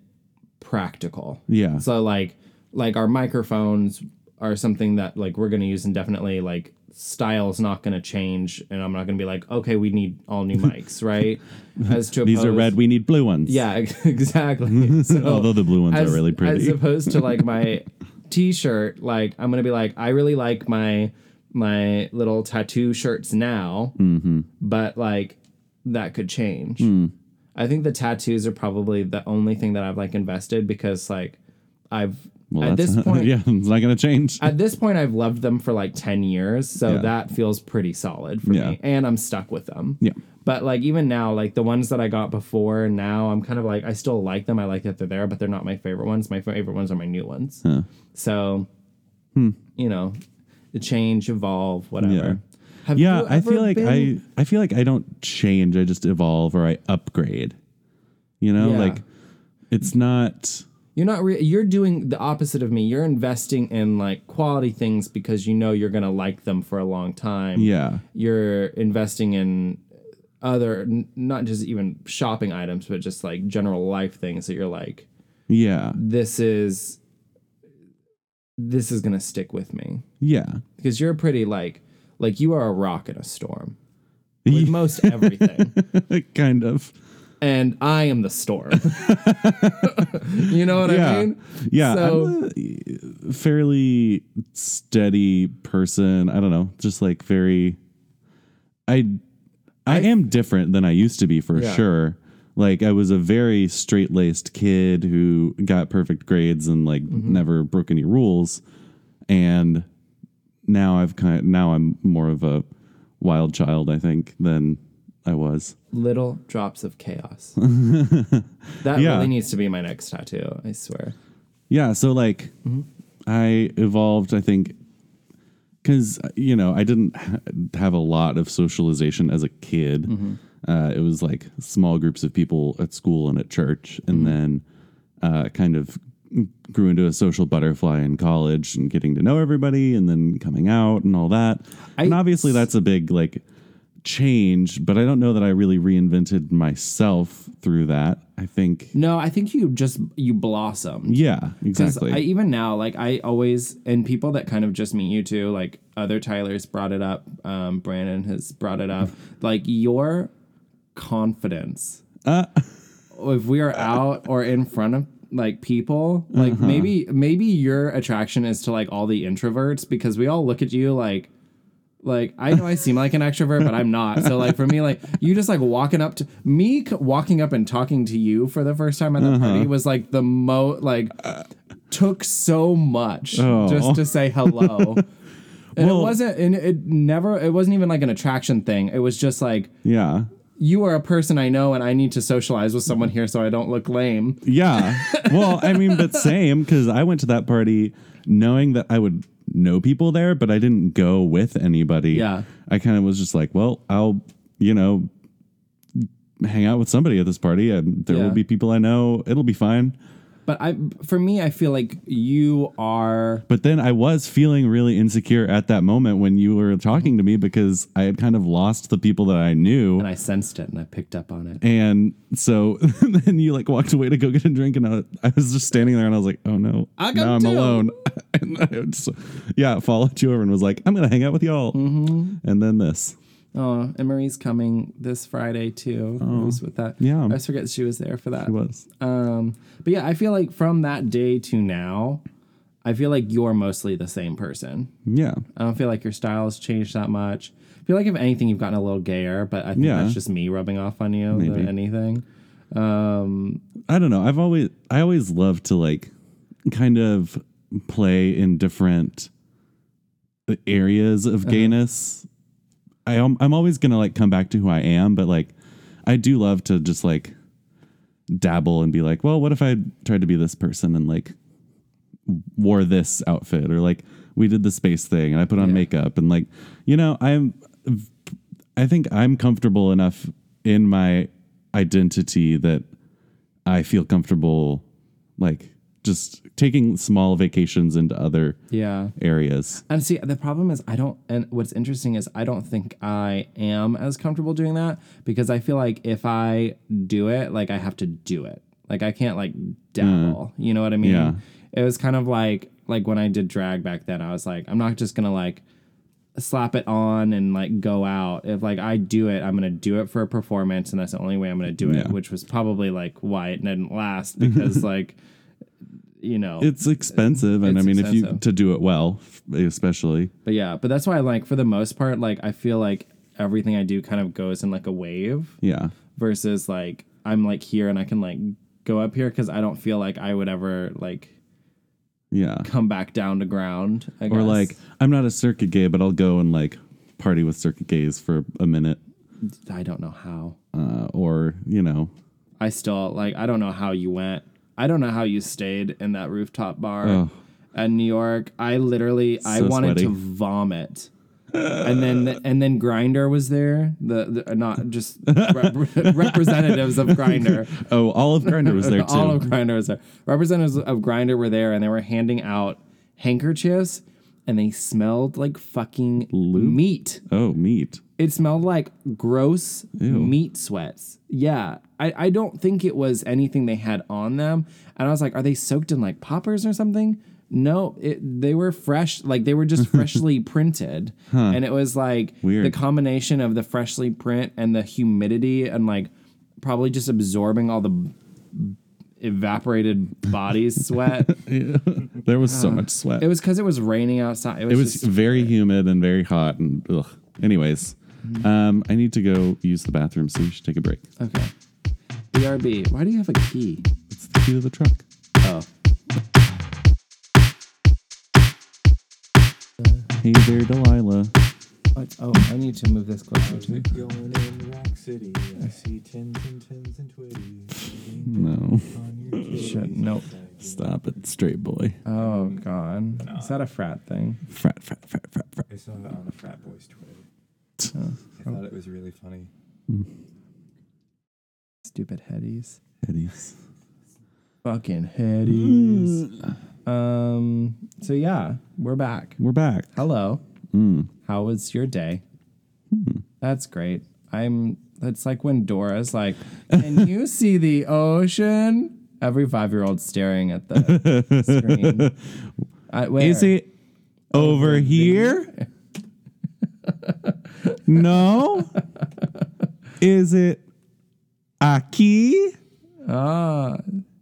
Speaker 3: practical.
Speaker 4: Yeah.
Speaker 3: So like like our microphones are something that like we're gonna use indefinitely. Like style's not gonna change, and I'm not gonna be like, okay, we need all new mics, right? As to
Speaker 4: These are
Speaker 3: oppose-
Speaker 4: red. We need blue ones.
Speaker 3: Yeah, ex- exactly. So
Speaker 4: Although the blue ones are really
Speaker 3: As
Speaker 4: pretty.
Speaker 3: opposed to like my t-shirt, like I'm gonna be like, I really like my my little tattoo shirts now,
Speaker 4: Mm-hmm.
Speaker 3: but like that could change.
Speaker 4: Hmm.
Speaker 3: I think the tattoos are probably the only thing that I've like invested because like I've
Speaker 4: Well,
Speaker 3: at
Speaker 4: that's
Speaker 3: this point
Speaker 4: yeah, it's not going to change.
Speaker 3: at this point I've loved them for like 10 years, so that feels pretty solid for
Speaker 4: Yeah.
Speaker 3: me and I'm stuck with them.
Speaker 4: Yeah.
Speaker 3: But like even now like the ones that I got before now I'm kind of like I still like them. I like that they're there, but they're not my favorite ones. My favorite ones are my new ones. So you know, change, evolve, whatever.
Speaker 4: Hmm. Yeah.
Speaker 3: Have
Speaker 4: yeah,
Speaker 3: you
Speaker 4: I feel
Speaker 3: ever
Speaker 4: like
Speaker 3: been-
Speaker 4: I I feel like I don't change. I just evolve or I upgrade. You know,
Speaker 3: Yeah.
Speaker 4: like it's not
Speaker 3: You're not. Re- you're doing the opposite of me. You're investing in like quality things because you know you're gonna like them for a long time.
Speaker 4: yeah.
Speaker 3: You're investing in other, n- not just even shopping items, but just like general life things that you're like,
Speaker 4: Yeah.
Speaker 3: this is, this is gonna stick with me
Speaker 4: Yeah.
Speaker 3: because you're pretty like, like you are a rock in a storm with most everything,
Speaker 4: kind of.
Speaker 3: and I am the storm. you know what
Speaker 4: yeah.
Speaker 3: I mean?
Speaker 4: Yeah.
Speaker 3: So-
Speaker 4: I'm a fairly steady person. I don't know. Just like very I I, am different than I used to be for
Speaker 3: Yeah.
Speaker 4: sure. Like I was a very straight laced kid who got perfect grades and like
Speaker 3: Mm-hmm.
Speaker 4: never broke any rules. And now I've kind now I'm more of a wild child, I think, than I was.
Speaker 3: little drops of chaos. that
Speaker 4: Yeah.
Speaker 3: really needs to be my next tattoo, I swear.
Speaker 4: Yeah, so like
Speaker 3: Mm-hmm.
Speaker 4: I evolved, I think, because you know I didn't ha- have a lot of socialization as a kid.
Speaker 3: Mm-hmm.
Speaker 4: Uh, it was like small groups of people at school and at church,
Speaker 3: Mm-hmm.
Speaker 4: and then uh, kind of grew into a social butterfly in college and getting to know everybody, and then coming out and all that.
Speaker 3: I-
Speaker 4: and obviously, that's a big like change, but I don't know that I really reinvented myself through that. I think,
Speaker 3: No, I think you just you blossom.
Speaker 4: yeah,
Speaker 3: 'Cause
Speaker 4: exactly.
Speaker 3: I even now, like I always and people that kind of just meet you too, like other Tyler's brought it up, um, Brandon has brought it up. like your confidence. if we are out or in front of like people, like maybe maybe your attraction is to like all the introverts because we all look at you like like I know I seem like an extrovert, but I'm not. So like for me, like you just like walking up to me, c- walking up and talking to you for the first time at the
Speaker 4: Uh-huh.
Speaker 3: party was like the mo like took so much
Speaker 4: Oh.
Speaker 3: just to say hello. And
Speaker 4: Well-
Speaker 3: it wasn't, and it never, it wasn't even like an attraction thing. It was just like
Speaker 4: yeah.
Speaker 3: you are a person I know, and I need to socialize with someone here so I don't look lame.
Speaker 4: Yeah. Well, I mean, but same because I went to that party knowing that I would know people there, but I didn't go with anybody.
Speaker 3: Yeah.
Speaker 4: I kind of was just like, well, I'll, you know, hang out with somebody at this party. And there
Speaker 3: Yeah.
Speaker 4: will be people I know. It'll be fine.
Speaker 3: But I, for me, I feel like you are.
Speaker 4: But then I was feeling really insecure at that moment when you were talking to me because I had kind of lost the people that I knew.
Speaker 3: And I sensed it, and I picked up on it.
Speaker 4: And so then you like walked away to go get a drink, and I, I was just standing there, and I was like, "Oh no,
Speaker 3: I got
Speaker 4: now I'm
Speaker 3: two.
Speaker 4: alone." and I'm so- yeah, Fallout Joe Everyone was like, I'm gonna hang out with y'all,
Speaker 3: Mm-hmm.
Speaker 4: and then this.
Speaker 3: Oh, and Marie's coming this Friday too. I was with that.
Speaker 4: Oh. Yeah.
Speaker 3: I always forget she was there for that.
Speaker 4: It was
Speaker 3: Um, but yeah, I feel like from that day to now, I feel like you're mostly the same person.
Speaker 4: yeah,
Speaker 3: I don't feel like your style's changed that much. I feel like if anything, you've gotten a little gayer, but I think
Speaker 4: Yeah.
Speaker 3: that's just me rubbing off on you
Speaker 4: Maybe.
Speaker 3: than anything.
Speaker 4: I don't know. I've always I always love to like kind of play in different uh, areas of gayness. I am, I'm always gonna like come back to who I am, but like I do love to just like dabble and be like, well, what if I tried to be this person and like wore this outfit or like we did the space thing and I put on makeup and like you know I'm I think I'm comfortable enough in my identity that I feel comfortable like just taking small vacations into other
Speaker 3: Yeah.
Speaker 4: areas.
Speaker 3: And see, the problem is I don't. And what's interesting is I don't think I am as comfortable doing that because I feel like if I do it, like I have to do it. Like I can't like dabble. You know what I mean?
Speaker 4: Yeah.
Speaker 3: It was kind of like like when I did drag back then. I was like, I'm not just gonna like slap it on and like go out. If like I do it, I'm gonna do it for a performance, and that's the only way I'm gonna do it. Which was probably like why it didn't last because like you know
Speaker 4: It's expensive and
Speaker 3: It's
Speaker 4: I mean if you
Speaker 3: expensive.
Speaker 4: to do it well especially.
Speaker 3: But yeah, but that's why like for the most part, like I feel like everything I do kind of goes in like a wave
Speaker 4: Yeah.
Speaker 3: versus like I'm like here and I can like go up here because I don't feel like I would ever like
Speaker 4: Yeah.
Speaker 3: come back down to ground. I
Speaker 4: Or
Speaker 3: guess.
Speaker 4: like I'm not a circuit gay but I'll go and like party with circuit gays for a minute
Speaker 3: I don't know how.
Speaker 4: uh, or you know
Speaker 3: I still like I don't know how you went. I don't know how you stayed in that rooftop bar
Speaker 4: Oh.
Speaker 3: in New York. I literally I
Speaker 4: So
Speaker 3: wanted to
Speaker 4: sweaty.
Speaker 3: vomit. and then and then Grinder was there. The, the not just rep- representatives of Grinder.
Speaker 4: Oh, Olive Grinder was there too.
Speaker 3: All of Grinder was there. Representatives of Grinder were there, and they were handing out handkerchiefs, and they smelled like fucking meat.
Speaker 4: oh, meat.
Speaker 3: It smelled like gross meat sweats. Yeah, I, I don't think it was anything they had on them, and I was like, are they soaked in like poppers or something? No, it, they were fresh, like they were just freshly printed, and it was like
Speaker 4: Weird.
Speaker 3: the combination of the freshly print and the humidity and like probably just absorbing all the evaporated body sweat.
Speaker 4: There was so much sweat.
Speaker 3: Uh-huh. it was because it was raining outside. It was,
Speaker 4: It was
Speaker 3: just-
Speaker 4: very humid and very hot and ugh. Anyways,
Speaker 3: Mm-hmm.
Speaker 4: um, I need to go use the bathroom, so we should take a break.
Speaker 3: okay. BRB. Why do you have a key?
Speaker 4: It's the key to the truck.
Speaker 3: Oh.
Speaker 4: Hey there, Delilah.
Speaker 3: What? Oh, I need to move this closer to me.
Speaker 5: Going in Rock City, I see tens and tens and twitties.
Speaker 4: No,
Speaker 5: on your titties.
Speaker 3: Shit, no.
Speaker 4: stop it, straight boy.
Speaker 3: Oh, God. Is that a frat thing?
Speaker 4: Frat, frat, frat, frat, frat.
Speaker 5: I saw it on a frat boy's Twitter. I thought it was really funny.
Speaker 3: Stupid headies.
Speaker 4: Headies.
Speaker 3: Fucking headies. Um, so yeah, we're back.
Speaker 4: We're back.
Speaker 3: Hello. How was your day? That's great. I'm. That's like when Dora's like, "Can you see the ocean?" Every five-year-old staring at the screen. I, where?
Speaker 4: Is it over here? no. Is it aquí?
Speaker 3: Ah,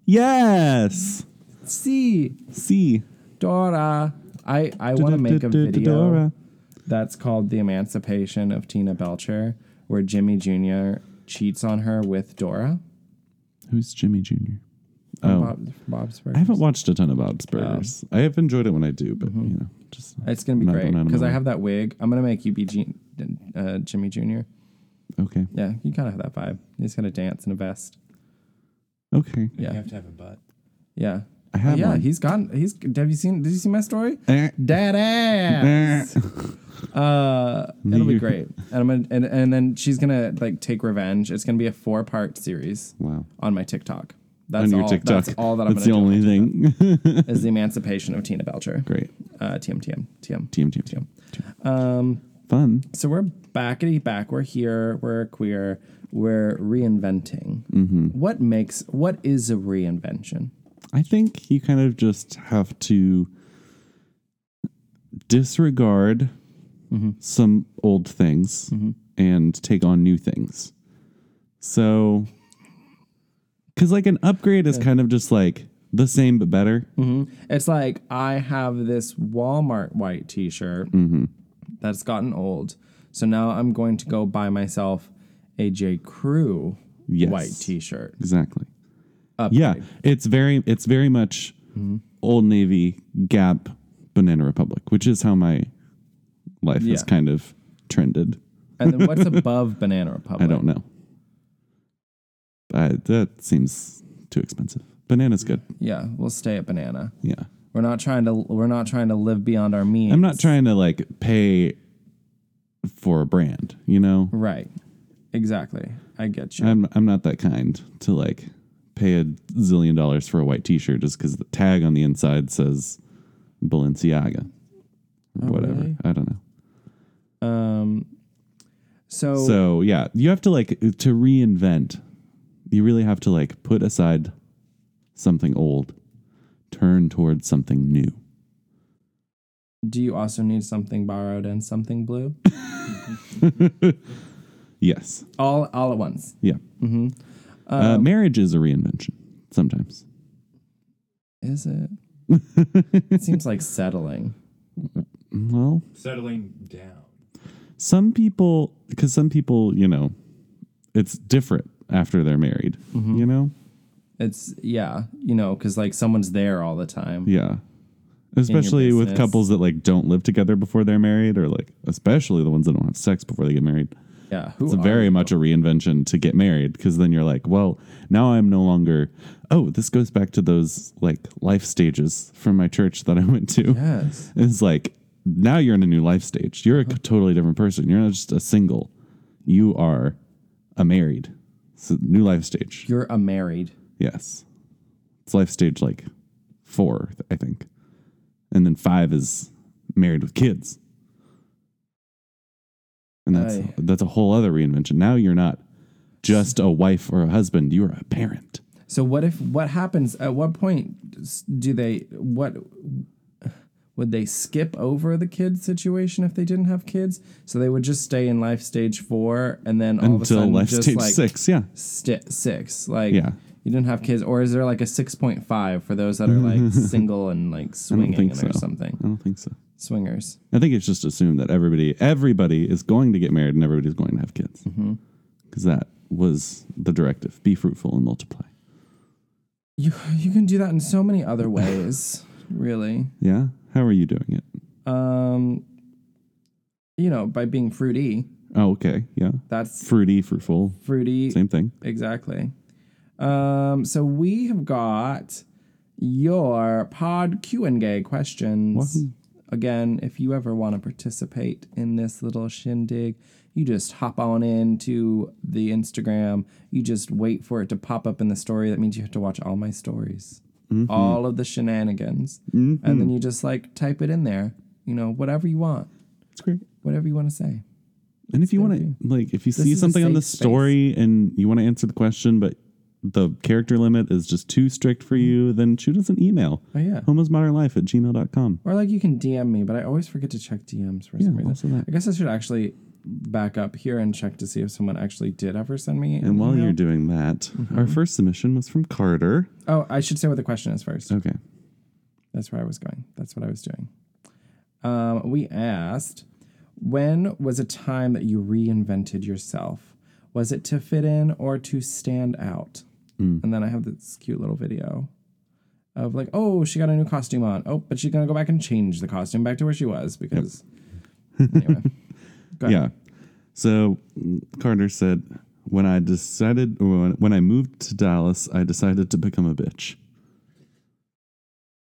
Speaker 4: Yes.
Speaker 3: see,
Speaker 4: See.
Speaker 3: Dora. I I want to make a video that's called "The Emancipation of Tina Belcher," where Jimmy Jr. cheats on her with Dora.
Speaker 4: Who's Jimmy Jr.?
Speaker 3: Oh.
Speaker 4: Oh.
Speaker 3: Bob, Bob's Burgers.
Speaker 4: I haven't watched a ton of Bob's Burgers.
Speaker 3: Oh.
Speaker 4: I have enjoyed it when I do, but
Speaker 3: Mm-hmm.
Speaker 4: you know, just
Speaker 3: It's gonna be
Speaker 4: not
Speaker 3: great
Speaker 4: going out of
Speaker 3: because
Speaker 4: my
Speaker 3: I
Speaker 4: way.
Speaker 3: have that wig. I'm gonna make you be Jean, uh, Jimmy Jr.
Speaker 4: okay,
Speaker 3: Yeah, you kind of have that vibe. He's gonna dance in a vest.
Speaker 4: okay.
Speaker 3: Yeah.
Speaker 5: You have to have a butt.
Speaker 3: Yeah,
Speaker 4: I have
Speaker 3: Oh, yeah.
Speaker 4: one.
Speaker 3: He's gone. He's. Have you seen? Did you see my story?
Speaker 4: Eh.
Speaker 3: Dead ass. uh, it'll be
Speaker 4: Neither.
Speaker 3: great. And I'm gonna, and and then she's gonna like take revenge. It's gonna be a four part series
Speaker 4: Wow.
Speaker 3: on my TikTok. That's
Speaker 4: On your
Speaker 3: all,
Speaker 4: TikTok,
Speaker 3: That's all that I'm
Speaker 4: That's the
Speaker 3: gonna
Speaker 4: only thing.
Speaker 3: do is the emancipation of Tina Belcher.
Speaker 4: great.
Speaker 3: Uh, TM TM TM.
Speaker 4: Team, team, team.
Speaker 3: Um,
Speaker 4: Fun.
Speaker 3: So we're backity back. We're here. We're queer. We're reinventing.
Speaker 4: Mm-hmm.
Speaker 3: What makes what is a reinvention?
Speaker 4: I think you kind of just have to disregard
Speaker 3: Mm-hmm.
Speaker 4: some old things and take on new things. So, because like an upgrade is kind of just like the same but better.
Speaker 3: It's like I have this Walmart white T-shirt
Speaker 4: Mm-hmm.
Speaker 3: that's gotten old, so now I'm going to go buy myself a J. Crew
Speaker 4: Yes.
Speaker 3: white T-shirt.
Speaker 4: Exactly. Yeah, it's very it's very much Old Navy Gap Banana Republic, which is how my life has
Speaker 3: Yeah.
Speaker 4: kind of trended.
Speaker 3: And then what's above Banana Republic?
Speaker 4: I don't know. Uh, that seems too expensive. Banana's good.
Speaker 3: Yeah, we'll stay at Banana.
Speaker 4: Yeah.
Speaker 3: We're not trying to. We're not trying to live beyond our means.
Speaker 4: I'm not trying to like pay for a brand, you know?
Speaker 3: Right. Exactly. I get you.
Speaker 4: I'm I'm not that kind to like pay a zillion dollars for a white t-shirt just cuz the tag on the inside says Balenciaga. Or whatever.
Speaker 3: really?
Speaker 4: I don't know.
Speaker 3: um. So,
Speaker 4: So, yeah, you have to like to reinvent. You really have to like put aside something old, turn towards something new.
Speaker 3: do you also need something borrowed and something blue?
Speaker 4: Yes.
Speaker 3: all all at once. Um,
Speaker 4: Yeah. Mm-hmm.
Speaker 3: Oh.
Speaker 4: uh, marriage is a reinvention sometimes.
Speaker 3: Is it? it seems like settling.
Speaker 4: Well,
Speaker 5: Settling down.
Speaker 4: some people, because some people, you know, it's different after they're married, you know?
Speaker 3: It's yeah, you know, because like someone's there all the time.
Speaker 4: Yeah. Especially with
Speaker 3: business.
Speaker 4: couples that like don't live together before they're married, or like especially the ones that don't have sex before they get married.
Speaker 3: Yeah, who
Speaker 4: It's
Speaker 3: are
Speaker 4: very
Speaker 3: you?
Speaker 4: much a reinvention to get married because then you're like, well, now I'm no longer. Oh, this goes back to those like life stages from my church that I went to.
Speaker 3: yes.
Speaker 4: It's like now you're in a new life stage. You're a totally different person. You're not just a single. You are a married. It's a new life stage.
Speaker 3: You're a married.
Speaker 4: yes. It's life stage like four, I think. And then five is married with kids. And that's
Speaker 3: Aye.
Speaker 4: that's a whole other reinvention. Now you're not just a wife or a husband, you're a parent.
Speaker 3: So what if what happens? At what point s- do they what? Would they skip over the kids situation if they didn't have kids? So they would just stay in life stage four, and then all of a
Speaker 4: Until
Speaker 3: sudden,
Speaker 4: life
Speaker 3: just
Speaker 4: stage
Speaker 3: like
Speaker 4: six. Yeah.
Speaker 3: sti- six. Like
Speaker 4: Yeah.
Speaker 3: you didn't have kids, or is there like a six point five for those that are like single and like swinging
Speaker 4: think
Speaker 3: or
Speaker 4: so.
Speaker 3: something?
Speaker 4: I don't think so.
Speaker 3: Swingers.
Speaker 4: I think it's just assumed that everybody everybody is going to get married and everybody's going to have kids because
Speaker 3: Mm-hmm.
Speaker 4: that was the directive: be fruitful and multiply.
Speaker 3: You you can do that in so many other ways, really.
Speaker 4: Yeah, how are you doing it?
Speaker 3: Um, you know, by being fruity.
Speaker 4: Oh, okay, yeah,
Speaker 3: That's
Speaker 4: fruity, fruitful,
Speaker 3: fruity.
Speaker 4: same thing.
Speaker 3: Exactly. Um, so we have got your pod Q and gay questions. Again, if you ever want to participate in this little shindig, you just hop on into the Instagram. You just wait for it to pop up in the story. That means you have to watch all my stories, all of the shenanigans, and then you just like type it in there. You know, whatever you want,
Speaker 4: It's great.
Speaker 3: whatever you want to say.
Speaker 4: And if you want to, like, if you see
Speaker 3: is a
Speaker 4: something on the
Speaker 3: safe space.
Speaker 4: story and you want to answer the question, but the character limit is just too strict for you, then shoot us an email.
Speaker 3: Mm-hmm. Oh, yeah.
Speaker 4: homosmodernlife at gmail.com.
Speaker 3: Or like you can DM me, but I always forget to check DMs for some reason.
Speaker 4: also that.
Speaker 3: I guess I should actually back up here and check to see if someone actually did ever send me.
Speaker 4: And
Speaker 3: email.
Speaker 4: while
Speaker 3: Mm-hmm.
Speaker 4: you're doing that, our first submission was from Carter.
Speaker 3: oh, I should say what the question is first.
Speaker 4: Okay.
Speaker 3: That's where I was going. That's what I was doing. Um, we asked, when was a time that you reinvented yourself? Was it to fit in or to stand out?
Speaker 4: Mm.
Speaker 3: And then I have this cute little video of like, oh, she got a new costume on. Oh, but she's gonna go back and change the costume back to where she was because. Anyway. Go ahead.
Speaker 4: Yeah. So mm, Carter said, when I decided, when, when I moved to Dallas, I decided to become a bitch.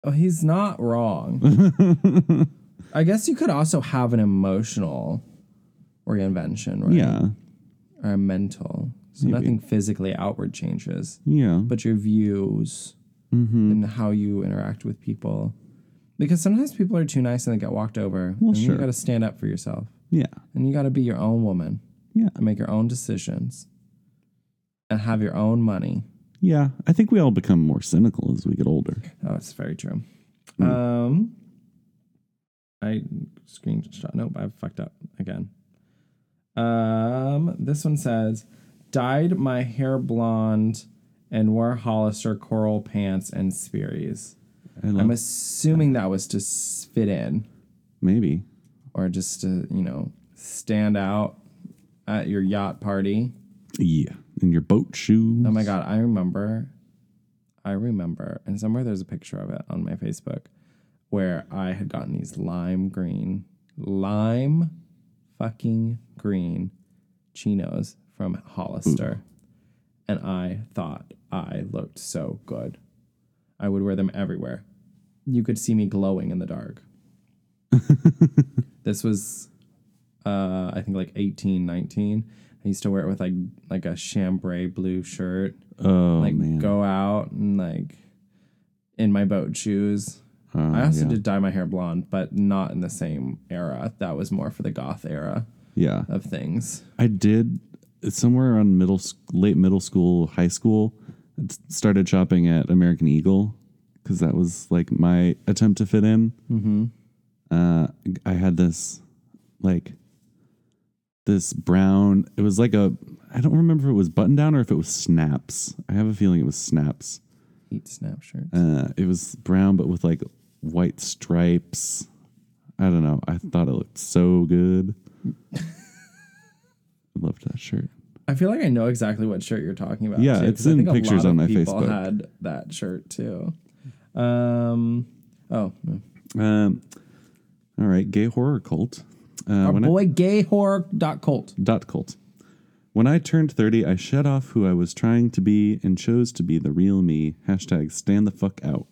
Speaker 3: Oh, he's not wrong. I guess you could also have an emotional reinvention, right?
Speaker 4: Yeah.
Speaker 3: Or a mental. So nothing physically outward changes,
Speaker 4: Yeah.
Speaker 3: but your views
Speaker 4: Mm-hmm.
Speaker 3: and how you interact with people. Because sometimes people are too nice and they get walked over. and
Speaker 4: sure.
Speaker 3: you got to stand up for yourself.
Speaker 4: yeah.
Speaker 3: And you got to be your own woman
Speaker 4: Yeah.
Speaker 3: and make your own decisions and have your own money.
Speaker 4: Yeah. I think we all become more cynical as we get older.
Speaker 3: Oh, it's very true. Um, I screenshot. Nope, I fucked up again. Um, this one says, dyed my hair blonde and wore Hollister coral pants and Sperry's.
Speaker 4: I love,
Speaker 3: I'm assuming that was to s- fit in
Speaker 4: maybe.
Speaker 3: or just to, you know, stand out at your yacht party.
Speaker 4: Yeah. In your boat shoes.
Speaker 3: Oh my god, I remember. I remember. And somewhere there's a picture of it on my Facebook where I had gotten these lime green, lime fucking green chinos from Hollister. And I thought I looked so good. I would wear them everywhere. You could see me glowing in the dark. this was uh, I think like 18, 19. I used to wear it with like like a chambray blue shirt.
Speaker 4: Oh
Speaker 3: like
Speaker 4: man.
Speaker 3: go out and like in my boat shoes. I also
Speaker 4: Oh, yeah.
Speaker 3: did dye my hair blonde, but not in the same era. That was more for the goth era
Speaker 4: yeah.
Speaker 3: of things.
Speaker 4: I did somewhere around middle, s- late middle school, high school. I s- Started shopping at American Eagle because that was like my attempt to fit in. Uh, I had this like this brown. It was like a. I don't remember if it was button down or if it was snaps. I have a feeling it was snaps.
Speaker 3: Eat snap shirts.
Speaker 4: Uh, it was brown but with like white stripes. I don't know. I thought it looked so good. I loved that shirt.
Speaker 3: I feel like I know exactly what shirt you're talking about.
Speaker 4: Yeah,
Speaker 3: too,
Speaker 4: it's
Speaker 3: 'cause I
Speaker 4: in
Speaker 3: think a
Speaker 4: pictures
Speaker 3: lot
Speaker 4: on
Speaker 3: of
Speaker 4: my
Speaker 3: people
Speaker 4: Facebook.
Speaker 3: Had that shirt too. Um, oh,
Speaker 4: Um, all right, gay horror cult. Uh,
Speaker 3: our
Speaker 4: when I-
Speaker 3: boy gay horror dot cult.
Speaker 4: dot cult. When I turned 30, I shed off who I was trying to be and chose to be the real me. Hashtag stand the fuck out.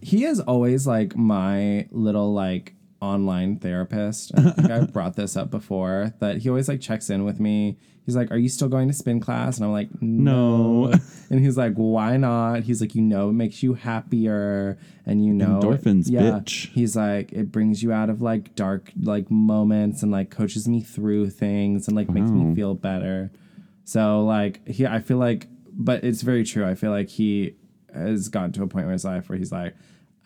Speaker 3: he is always like my little like online therapist. I think I've brought this up before that he always like checks in with me. He's like, "Are you still going to spin class?" And I'm like, "No." and he's like, "Why not?" He's like, "You know, it makes you happier, and you know,
Speaker 4: Endorphins, bitch.
Speaker 3: He's like, it brings you out of like dark like moments and like coaches me through things and like makes me feel better. So like he, I feel like, but it's very true. I feel like he has gotten to a point in his life where he's like,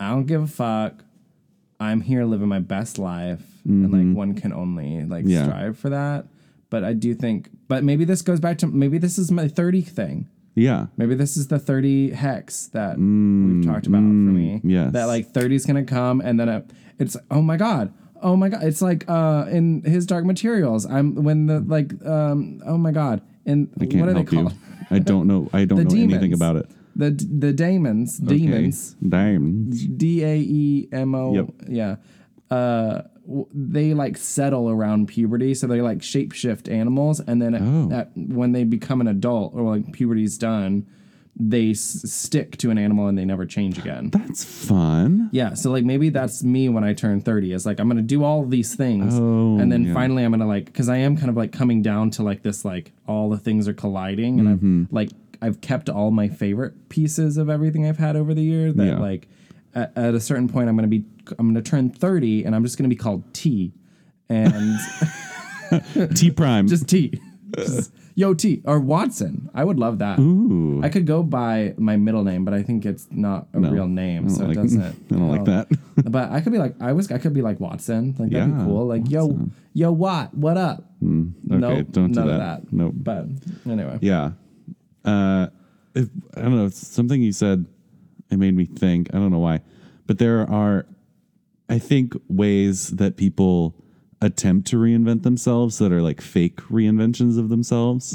Speaker 3: I don't give a fuck. I'm here living my best life, and like one can only like
Speaker 4: Mm-hmm. Yeah.
Speaker 3: strive for that. But I do think, but maybe this goes back to maybe this is my thirty thing.
Speaker 4: Yeah.
Speaker 3: Maybe this is the 30 hex that we've talked about for me.
Speaker 4: Mm, yes.
Speaker 3: That like 30 is going to come and then it, it's oh my god. Oh my god. It's like uh in his dark materials. I'm when the like um oh my god. And
Speaker 4: I can't
Speaker 3: what are they
Speaker 4: help you.
Speaker 3: called?
Speaker 4: I don't know. I don't
Speaker 3: The
Speaker 4: know anything
Speaker 3: demons.
Speaker 4: about it.
Speaker 3: The the daemons, demons.
Speaker 4: Okay. Diamonds.
Speaker 3: D A E M O.
Speaker 4: Yep.
Speaker 3: Yeah. Uh, w- they like settle around puberty, so they like shapeshift animals, and then at,
Speaker 4: Oh.
Speaker 3: at- when they become an adult or like puberty's done, they s- stick to an animal and they never change again.
Speaker 4: That's fun.
Speaker 3: Yeah, so like maybe that's me when I turn 30. Is like I'm gonna do all these things.
Speaker 4: Oh,
Speaker 3: and then
Speaker 4: yeah.
Speaker 3: finally I'm gonna like because I am kind of like coming down to like this like all the things are colliding and
Speaker 4: Mm-hmm.
Speaker 3: I've like I've kept all my favorite pieces of everything I've had over the year that
Speaker 4: Yeah.
Speaker 3: like at, at a certain point I'm gonna be I'm gonna turn 30 and I'm just gonna be called T. And
Speaker 4: T prime.
Speaker 3: just T. Just, Yo T or Watson. I would love that.
Speaker 4: Ooh.
Speaker 3: I could go by my middle name, but I think it's not a real name, so
Speaker 4: like-
Speaker 3: it doesn't.
Speaker 4: I don't like that.
Speaker 3: but I could be like I was. I could be like Watson. Like that'd
Speaker 4: Yeah, Mm,
Speaker 3: be cool. Like yo, yo, Watt, what up?
Speaker 4: okay,
Speaker 3: No,
Speaker 4: don't do
Speaker 3: none of
Speaker 4: that.
Speaker 3: that.
Speaker 4: Nope.
Speaker 3: But anyway,
Speaker 4: Yeah. Uh, if, I don't know. it's Something you said, it made me think. I don't know why, but there are, I think, ways that people attempt to reinvent themselves that are like fake reinventions of themselves.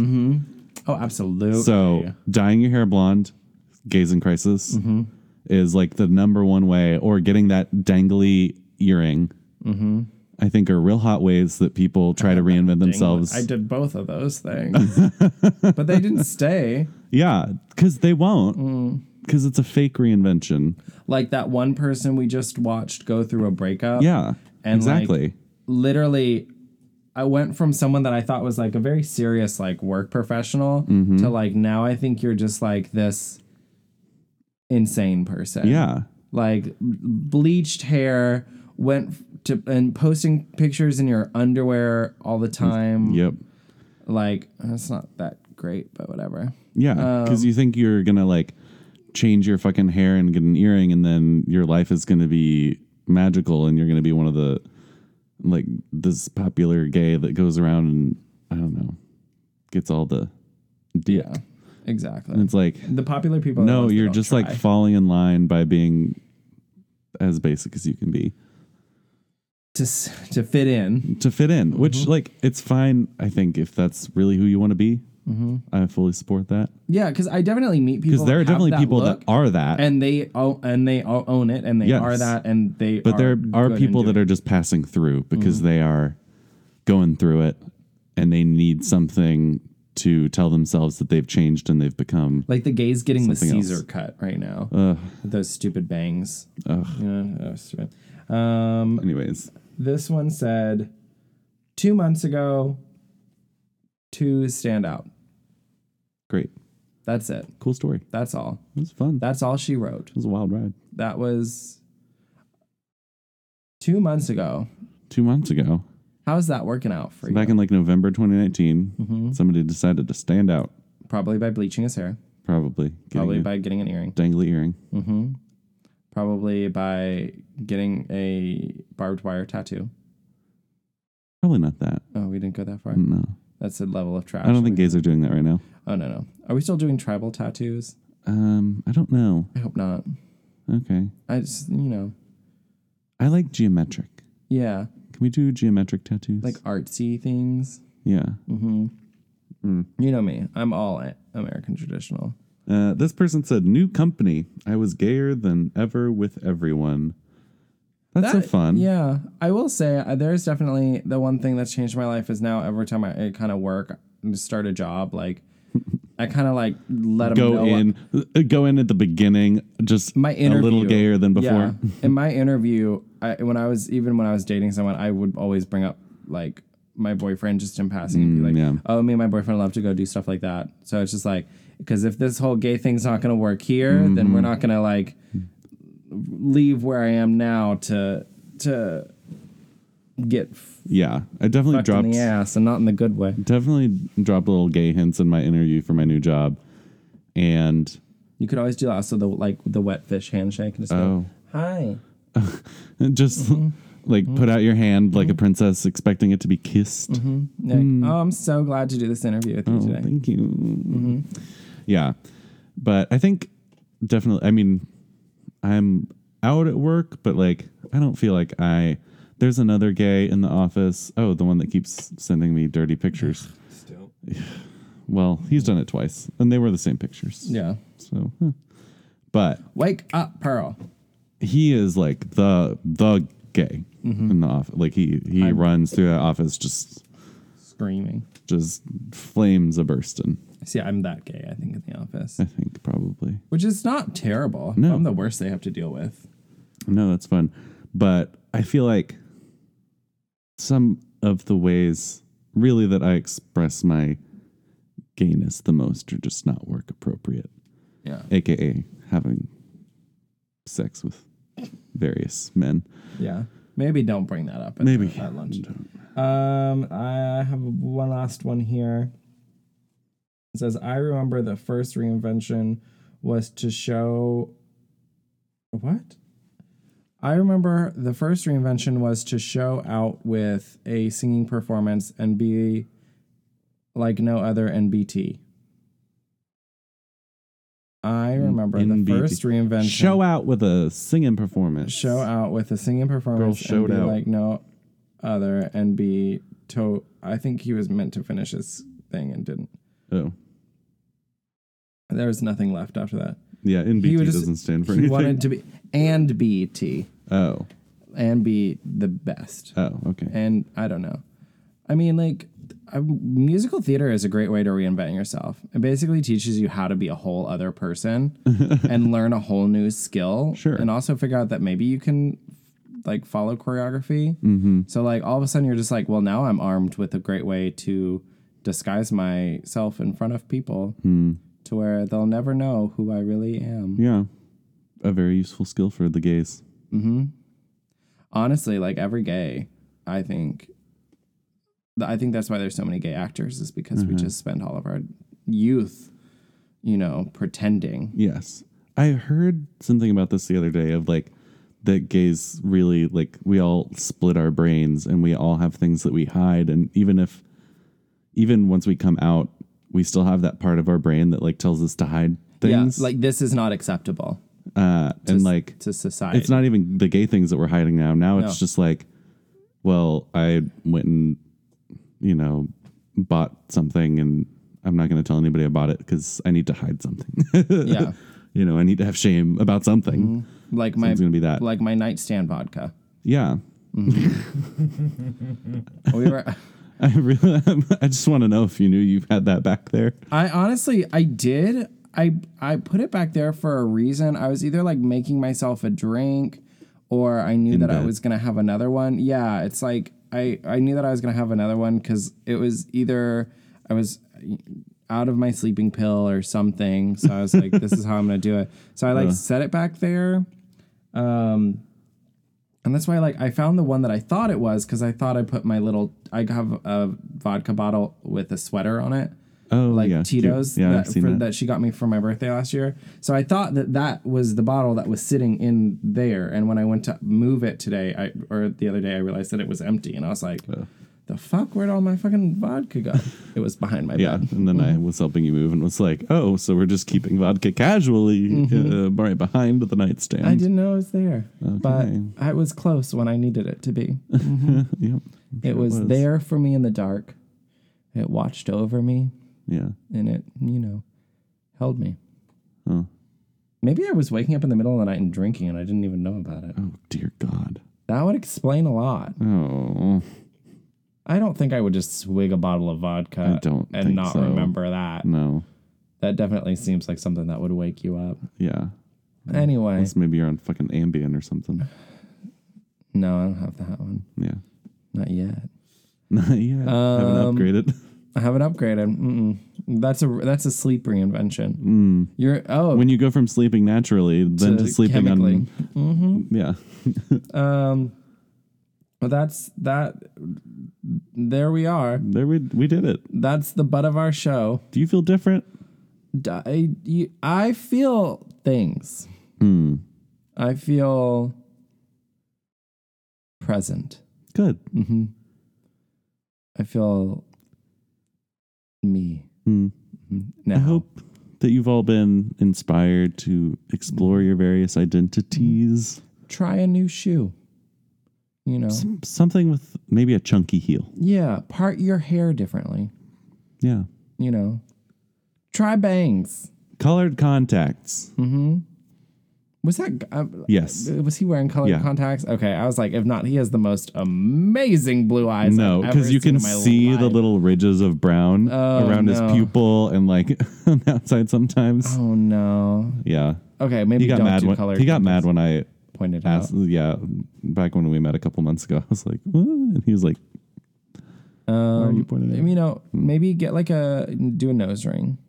Speaker 3: oh, absolutely.
Speaker 4: So dyeing your hair blonde, gays in crisis,
Speaker 3: Mm-hmm.
Speaker 4: is like the number one way, or getting that dangly earring.
Speaker 3: Mm-hmm.
Speaker 4: I think are real hot ways that people try to reinvent themselves.
Speaker 3: I did both of those things, but they didn't stay.
Speaker 4: Yeah, because they
Speaker 3: Mm.
Speaker 4: won't. Because it's a fake reinvention.
Speaker 3: Like that one person we just watched go through a breakup.
Speaker 4: Yeah,
Speaker 3: And,
Speaker 4: exactly.
Speaker 3: like, literally I went from someone that I thought was like a very serious like work professional
Speaker 4: Mm-hmm.
Speaker 3: to like now I think you're just like this insane person.
Speaker 4: yeah,
Speaker 3: Like bleached hair, went f- to and posting pictures in your underwear all the time.
Speaker 4: yep,
Speaker 3: Like that's not that great, but whatever.
Speaker 4: yeah.
Speaker 3: Oh.
Speaker 4: Because you think you're gonna like change your fucking hair and get an earring, and then your life is gonna be magical, and you're gonna be one of the like this popular gay that goes around and I don't know, gets all the dick.
Speaker 3: Yeah, exactly.
Speaker 4: And it's like,
Speaker 3: the popular people. are the
Speaker 4: no,
Speaker 3: ones that
Speaker 4: you're
Speaker 3: don't
Speaker 4: just like
Speaker 3: try.
Speaker 4: falling in line by being as basic as you can be
Speaker 3: to s- to fit in.
Speaker 4: to fit in,
Speaker 3: Mm-hmm.
Speaker 4: which like it's fine. I think if that's really who you want to be, I fully support that
Speaker 3: Yeah, because I definitely meet Mm-hmm. people
Speaker 4: because there are
Speaker 3: have
Speaker 4: definitely
Speaker 3: that
Speaker 4: people
Speaker 3: look,
Speaker 4: that are that,
Speaker 3: and they own and they o- own it and they
Speaker 4: Yes.
Speaker 3: are that and they.
Speaker 4: but there are people that
Speaker 3: are.
Speaker 4: are just passing through because
Speaker 3: Mm-hmm.
Speaker 4: they are going through it and they need something to tell themselves that they've changed and they've become.
Speaker 3: Like the gays getting the
Speaker 4: Something
Speaker 3: Caesar
Speaker 4: else.
Speaker 3: cut right now. With Those stupid bangs. Yeah, that was stupid. Um,
Speaker 4: Anyways,
Speaker 3: this one said two months ago to stand out.
Speaker 4: great,
Speaker 3: That's it.
Speaker 4: cool story.
Speaker 3: That's all.
Speaker 4: It was fun. That
Speaker 3: That's all she wrote.
Speaker 4: was a wild ride.
Speaker 3: That was two months ago.
Speaker 4: Two months ago,
Speaker 3: How's that working out for you?
Speaker 4: back in like November 2019,
Speaker 3: Mm-hmm.
Speaker 4: somebody decided to stand out.
Speaker 3: Probably by bleaching his hair.
Speaker 4: Probably getting
Speaker 3: Probably
Speaker 4: a
Speaker 3: by getting an earring. Mm-hmm.
Speaker 4: dangly earring.
Speaker 3: Probably by getting a barbed wire tattoo.
Speaker 4: Probably not that.
Speaker 3: Oh, we didn't go that far.
Speaker 4: No,
Speaker 3: That's a level of trash.
Speaker 4: Hmm. I don't think gays are doing that right now.
Speaker 3: Oh no no. Are we still doing tribal tattoos?
Speaker 4: Um, I don't know.
Speaker 3: I hope not.
Speaker 4: Okay,
Speaker 3: I just you know,
Speaker 4: I like geometric.
Speaker 3: yeah,
Speaker 4: Can we do geometric tattoos?
Speaker 3: like artsy things.
Speaker 4: yeah.
Speaker 3: You know me. I'm all a- American traditional.
Speaker 4: Uh, this person said, "New company. I was gayer than ever with everyone." That's so
Speaker 3: That-
Speaker 4: fun.
Speaker 3: Yeah, I will say uh, there's definitely the one thing that's changed my life is now every time I, kind of work, start a job, like I kind of like let them
Speaker 4: Go
Speaker 3: know
Speaker 4: in, uh, go in at the beginning, just
Speaker 3: my interview
Speaker 4: a little gayer than
Speaker 3: Yeah.
Speaker 4: before.
Speaker 3: in my interview, I, when I was even when I was dating someone, I would always bring up like my boyfriend just in passing and be like,
Speaker 4: Mm, yeah.
Speaker 3: "Oh, me and my boyfriend love to go do stuff like that." So it's just like because if this whole gay thing's not gonna work here, then
Speaker 4: Mm-hmm.
Speaker 3: we're not gonna like leave where I am now to to get fucked
Speaker 4: Yeah, I definitely dropped
Speaker 3: in the ass and not in the good way.
Speaker 4: definitely dropped little gay hints in my interview for my new job, and
Speaker 3: You could always do that. So the like the wet fish handshake and just go,
Speaker 4: Oh.
Speaker 3: "Hi."
Speaker 4: just like put out your hand like a princess, expecting it to be kissed.
Speaker 3: Like, Oh, I'm so glad to do this interview with you
Speaker 4: Mm. Oh,
Speaker 3: today.
Speaker 4: thank you. Yeah. But I think definitely, I mean, I'm out at work, but like, I don't feel like I. There's another gay in the office. Oh, the one that keeps sending me dirty pictures.
Speaker 5: Still.
Speaker 4: Well, he's done it twice, and they were the same pictures.
Speaker 3: yeah.
Speaker 4: So, huh. but
Speaker 3: Wake up, Pearl.
Speaker 4: he is like the the gay in the office. Like he he runs through that office just
Speaker 3: Screaming.
Speaker 4: just flames a bursting.
Speaker 3: See, I'm that gay, I think, in the office.
Speaker 4: I think probably.
Speaker 3: Which is not terrible.
Speaker 4: Hmm. No.
Speaker 3: I'm the worst they have to deal with.
Speaker 4: No, that's fun. But I feel like some of the ways really that I express my gayness the most are just not work appropriate,
Speaker 3: Yeah.
Speaker 4: aka having sex with various men.
Speaker 3: Yeah. Maybe don't bring that up at,
Speaker 4: Maybe.
Speaker 3: at lunch. Um, I have one last one here. It says, I remember the first reinvention was to show. What? I remember the first reinvention was to show out with a singing performance and be like no other NBT. I remember the
Speaker 4: NBT.
Speaker 3: first reinvention
Speaker 4: Show out with a singing performance.
Speaker 3: show out with a singing performance
Speaker 4: showed
Speaker 3: and be
Speaker 4: out.
Speaker 3: like no other and be to I think he was meant to finish his thing and didn't.
Speaker 4: Oh,
Speaker 3: There was nothing left after that.
Speaker 4: yeah. NBT
Speaker 3: was just-
Speaker 4: doesn't stand for
Speaker 3: he
Speaker 4: anything.
Speaker 3: wanted to be and be T
Speaker 4: oh,
Speaker 3: and be the best.
Speaker 4: oh, okay.
Speaker 3: And I don't know. I mean like I, musical theater is a great way to reinvent yourself. It basically teaches you how to be a whole other person and learn a whole new skill.
Speaker 4: Sure.
Speaker 3: And also figure out that maybe you can like follow choreography. So like all of a sudden you're just like, well, now I'm armed with a great way to disguise myself in front of people to where they'll never know who I really am.
Speaker 4: Yeah, a very useful skill for the gays.
Speaker 3: Honestly, like every gay, I think th- I think that's why there's so many gay actors is because we
Speaker 4: Mm-hmm.
Speaker 3: just spend all of our youth, you know, pretending.
Speaker 4: Yes. I heard something about this the other day of like that gays really like we all split our brains and we all have things that we hide and even if even once we come out we still have that part of our brain that like tells us to hide things
Speaker 3: Yeah, like this is not acceptable
Speaker 4: uh and like
Speaker 3: to society.
Speaker 4: it's not even the gay things that we're hiding now now
Speaker 3: No.
Speaker 4: it's just like well i went and you know bought something and i'm not going to tell anybody about it because i need to hide something
Speaker 3: yeah.
Speaker 4: you know i need to have shame about something
Speaker 3: Mm-hmm. Like my
Speaker 4: It's gonna be that.
Speaker 3: like my nightstand vodka.
Speaker 4: yeah
Speaker 3: We were
Speaker 4: I really, I just want to know if you knew you had that back there.
Speaker 3: I honestly I did I I put it back there for a reason. I was either like making myself a drink or I knew that I
Speaker 4: bed.
Speaker 3: was going to have another one. Yeah, it's like I I knew that I was going to have another one cuz it was either I was out of my sleeping pill or something. So I was like this is how I'm going to do it. So I like set it back there. And that's why, like, I found the one that I thought it was because I thought I put my little. I have a vodka bottle with a sweater on it,
Speaker 4: Oh,
Speaker 3: like
Speaker 4: yeah, cute.
Speaker 3: Tito's
Speaker 4: Yeah,
Speaker 3: that,
Speaker 4: I've seen
Speaker 3: for,
Speaker 4: that.
Speaker 3: that. she got me for my birthday last year. So I thought that that was the bottle that was sitting in there. And when I went to move it today, I or the other day, I realized that it was empty, and I was like, "The fuck? Where'd all my fucking vodka go?" it was behind my
Speaker 4: Yeah,
Speaker 3: bed.
Speaker 4: and then I was helping you move and was like, "Oh, so we're just keeping vodka casually uh, right behind the nightstand."
Speaker 3: Mm-hmm. I didn't know it was there, but
Speaker 4: Okay.
Speaker 3: I was close when I needed it to be.
Speaker 4: Yep.
Speaker 3: It was, there for me in the dark. It watched over me
Speaker 4: Yeah.
Speaker 3: and it, you know, held me.
Speaker 4: Hmm.
Speaker 3: Maybe I was waking up in the middle of the night and drinking and I didn't even know about it.
Speaker 4: Oh dear God.
Speaker 3: That would explain a lot.
Speaker 4: Oh.
Speaker 3: I don't think I would just swig a bottle of vodka
Speaker 4: I don't
Speaker 3: and
Speaker 4: think
Speaker 3: not
Speaker 4: so.
Speaker 3: remember that.
Speaker 4: No.
Speaker 3: That definitely seems like something that would wake you up.
Speaker 4: Yeah.
Speaker 3: Anyway,
Speaker 4: Unless maybe you're on fucking Ambien or something.
Speaker 3: no, I don't have that one.
Speaker 4: Yeah.
Speaker 3: Not yet.
Speaker 4: Not yet.
Speaker 3: Um,
Speaker 4: Haven't upgraded.
Speaker 3: I haven't upgraded. Mm-mm. That's a that's a sleep reinvention. You're oh
Speaker 4: Hmm. When you go from sleeping naturally then to,
Speaker 3: To
Speaker 4: sleeping
Speaker 3: chemically.
Speaker 4: on. Yeah.
Speaker 3: Well, that's that. There we are.
Speaker 4: There we we did it.
Speaker 3: That's the butt of our show.
Speaker 4: Do you feel different?
Speaker 3: D- I, you- I feel things.
Speaker 4: Hmm.
Speaker 3: I feel present.
Speaker 4: Good.
Speaker 3: I feel me.
Speaker 4: Hmm.
Speaker 3: Mhm. Now,
Speaker 4: I hope that you've all been inspired to explore your various identities.
Speaker 3: try a new shoe. You know,
Speaker 4: Something with maybe a chunky heel.
Speaker 3: yeah, part your hair differently.
Speaker 4: Yeah.
Speaker 3: You know, try bangs.
Speaker 4: Colored contacts.
Speaker 3: Was that g- uh,
Speaker 4: Yes.
Speaker 3: Was he wearing colored
Speaker 4: Yeah.
Speaker 3: contacts? Okay, I was like, if not, he has the most amazing blue eyes.
Speaker 4: No,
Speaker 3: I've ever
Speaker 4: because you
Speaker 3: seen
Speaker 4: can
Speaker 3: in my
Speaker 4: see the
Speaker 3: life. Oh,
Speaker 4: little ridges of brown around his
Speaker 3: no.
Speaker 4: pupil and like on the outside sometimes.
Speaker 3: Oh no.
Speaker 4: Yeah.
Speaker 3: Okay, maybe
Speaker 4: He got
Speaker 3: don't
Speaker 4: mad
Speaker 3: do
Speaker 4: when
Speaker 3: colored.
Speaker 4: he got mad when I
Speaker 3: pointed out.
Speaker 4: asked. Yeah, back when we met a couple months ago, I was like, what? and he was like, "Why are you pointing at
Speaker 3: Um, I mean, you know, maybe get like a do a nose ring.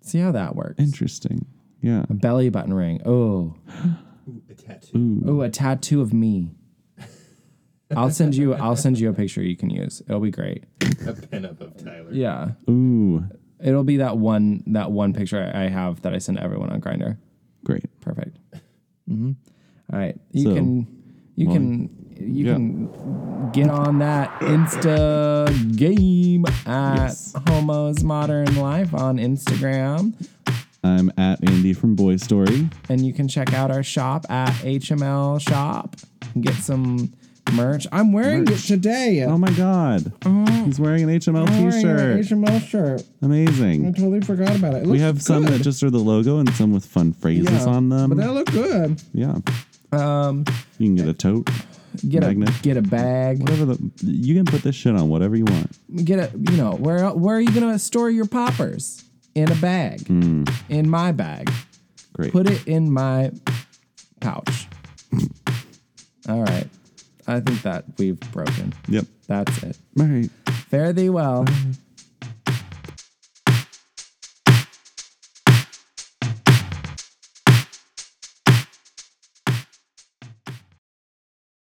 Speaker 3: See how that works.
Speaker 4: Interesting. Yeah.
Speaker 3: Belly button ring. Oh,
Speaker 5: Ooh, a tattoo.
Speaker 4: Hmm.
Speaker 3: oh, a tattoo of me. I'll send you. I'll send you a picture you can use. It'll be great.
Speaker 5: A pin up of Tyler.
Speaker 3: Yeah,
Speaker 4: Ooh,
Speaker 3: it'll be that one. That one picture I have that I send to everyone on Grinder.
Speaker 4: great.
Speaker 3: Perfect. Mm-hmm. All right. You
Speaker 4: So,
Speaker 3: can you can you
Speaker 4: yeah.
Speaker 3: can get on that Insta game at
Speaker 4: Yes.
Speaker 3: Homos Modern Life on Instagram.
Speaker 4: I'm at Andy from Boy Story.
Speaker 3: And you can check out our shop at HML Shop and get some merch. I'm wearing it today.
Speaker 4: Oh my God. He's wearing an
Speaker 3: I'm
Speaker 4: HML t
Speaker 3: Oh. wearing an
Speaker 4: shirt.
Speaker 3: HML shirt. I
Speaker 4: Amazing.
Speaker 3: totally forgot about it. it
Speaker 4: We
Speaker 3: looks
Speaker 4: have some
Speaker 3: good.
Speaker 4: that just are the logo and some with fun phrases
Speaker 3: Yeah,
Speaker 4: on
Speaker 3: But that
Speaker 4: them.
Speaker 3: look good.
Speaker 4: Yeah. Um, you can get a tote,
Speaker 3: Get
Speaker 4: Magnet.
Speaker 3: a get a bag.
Speaker 4: whatever the. You can put this shit on whatever you want.
Speaker 3: get a you know where el- where are you gonna store your poppers in a bag
Speaker 4: Hmm.
Speaker 3: in my bag
Speaker 4: Great.
Speaker 3: put it in my pouch all right i think that we've broken
Speaker 4: Yep.
Speaker 3: that's it
Speaker 4: All right.
Speaker 3: fare thee well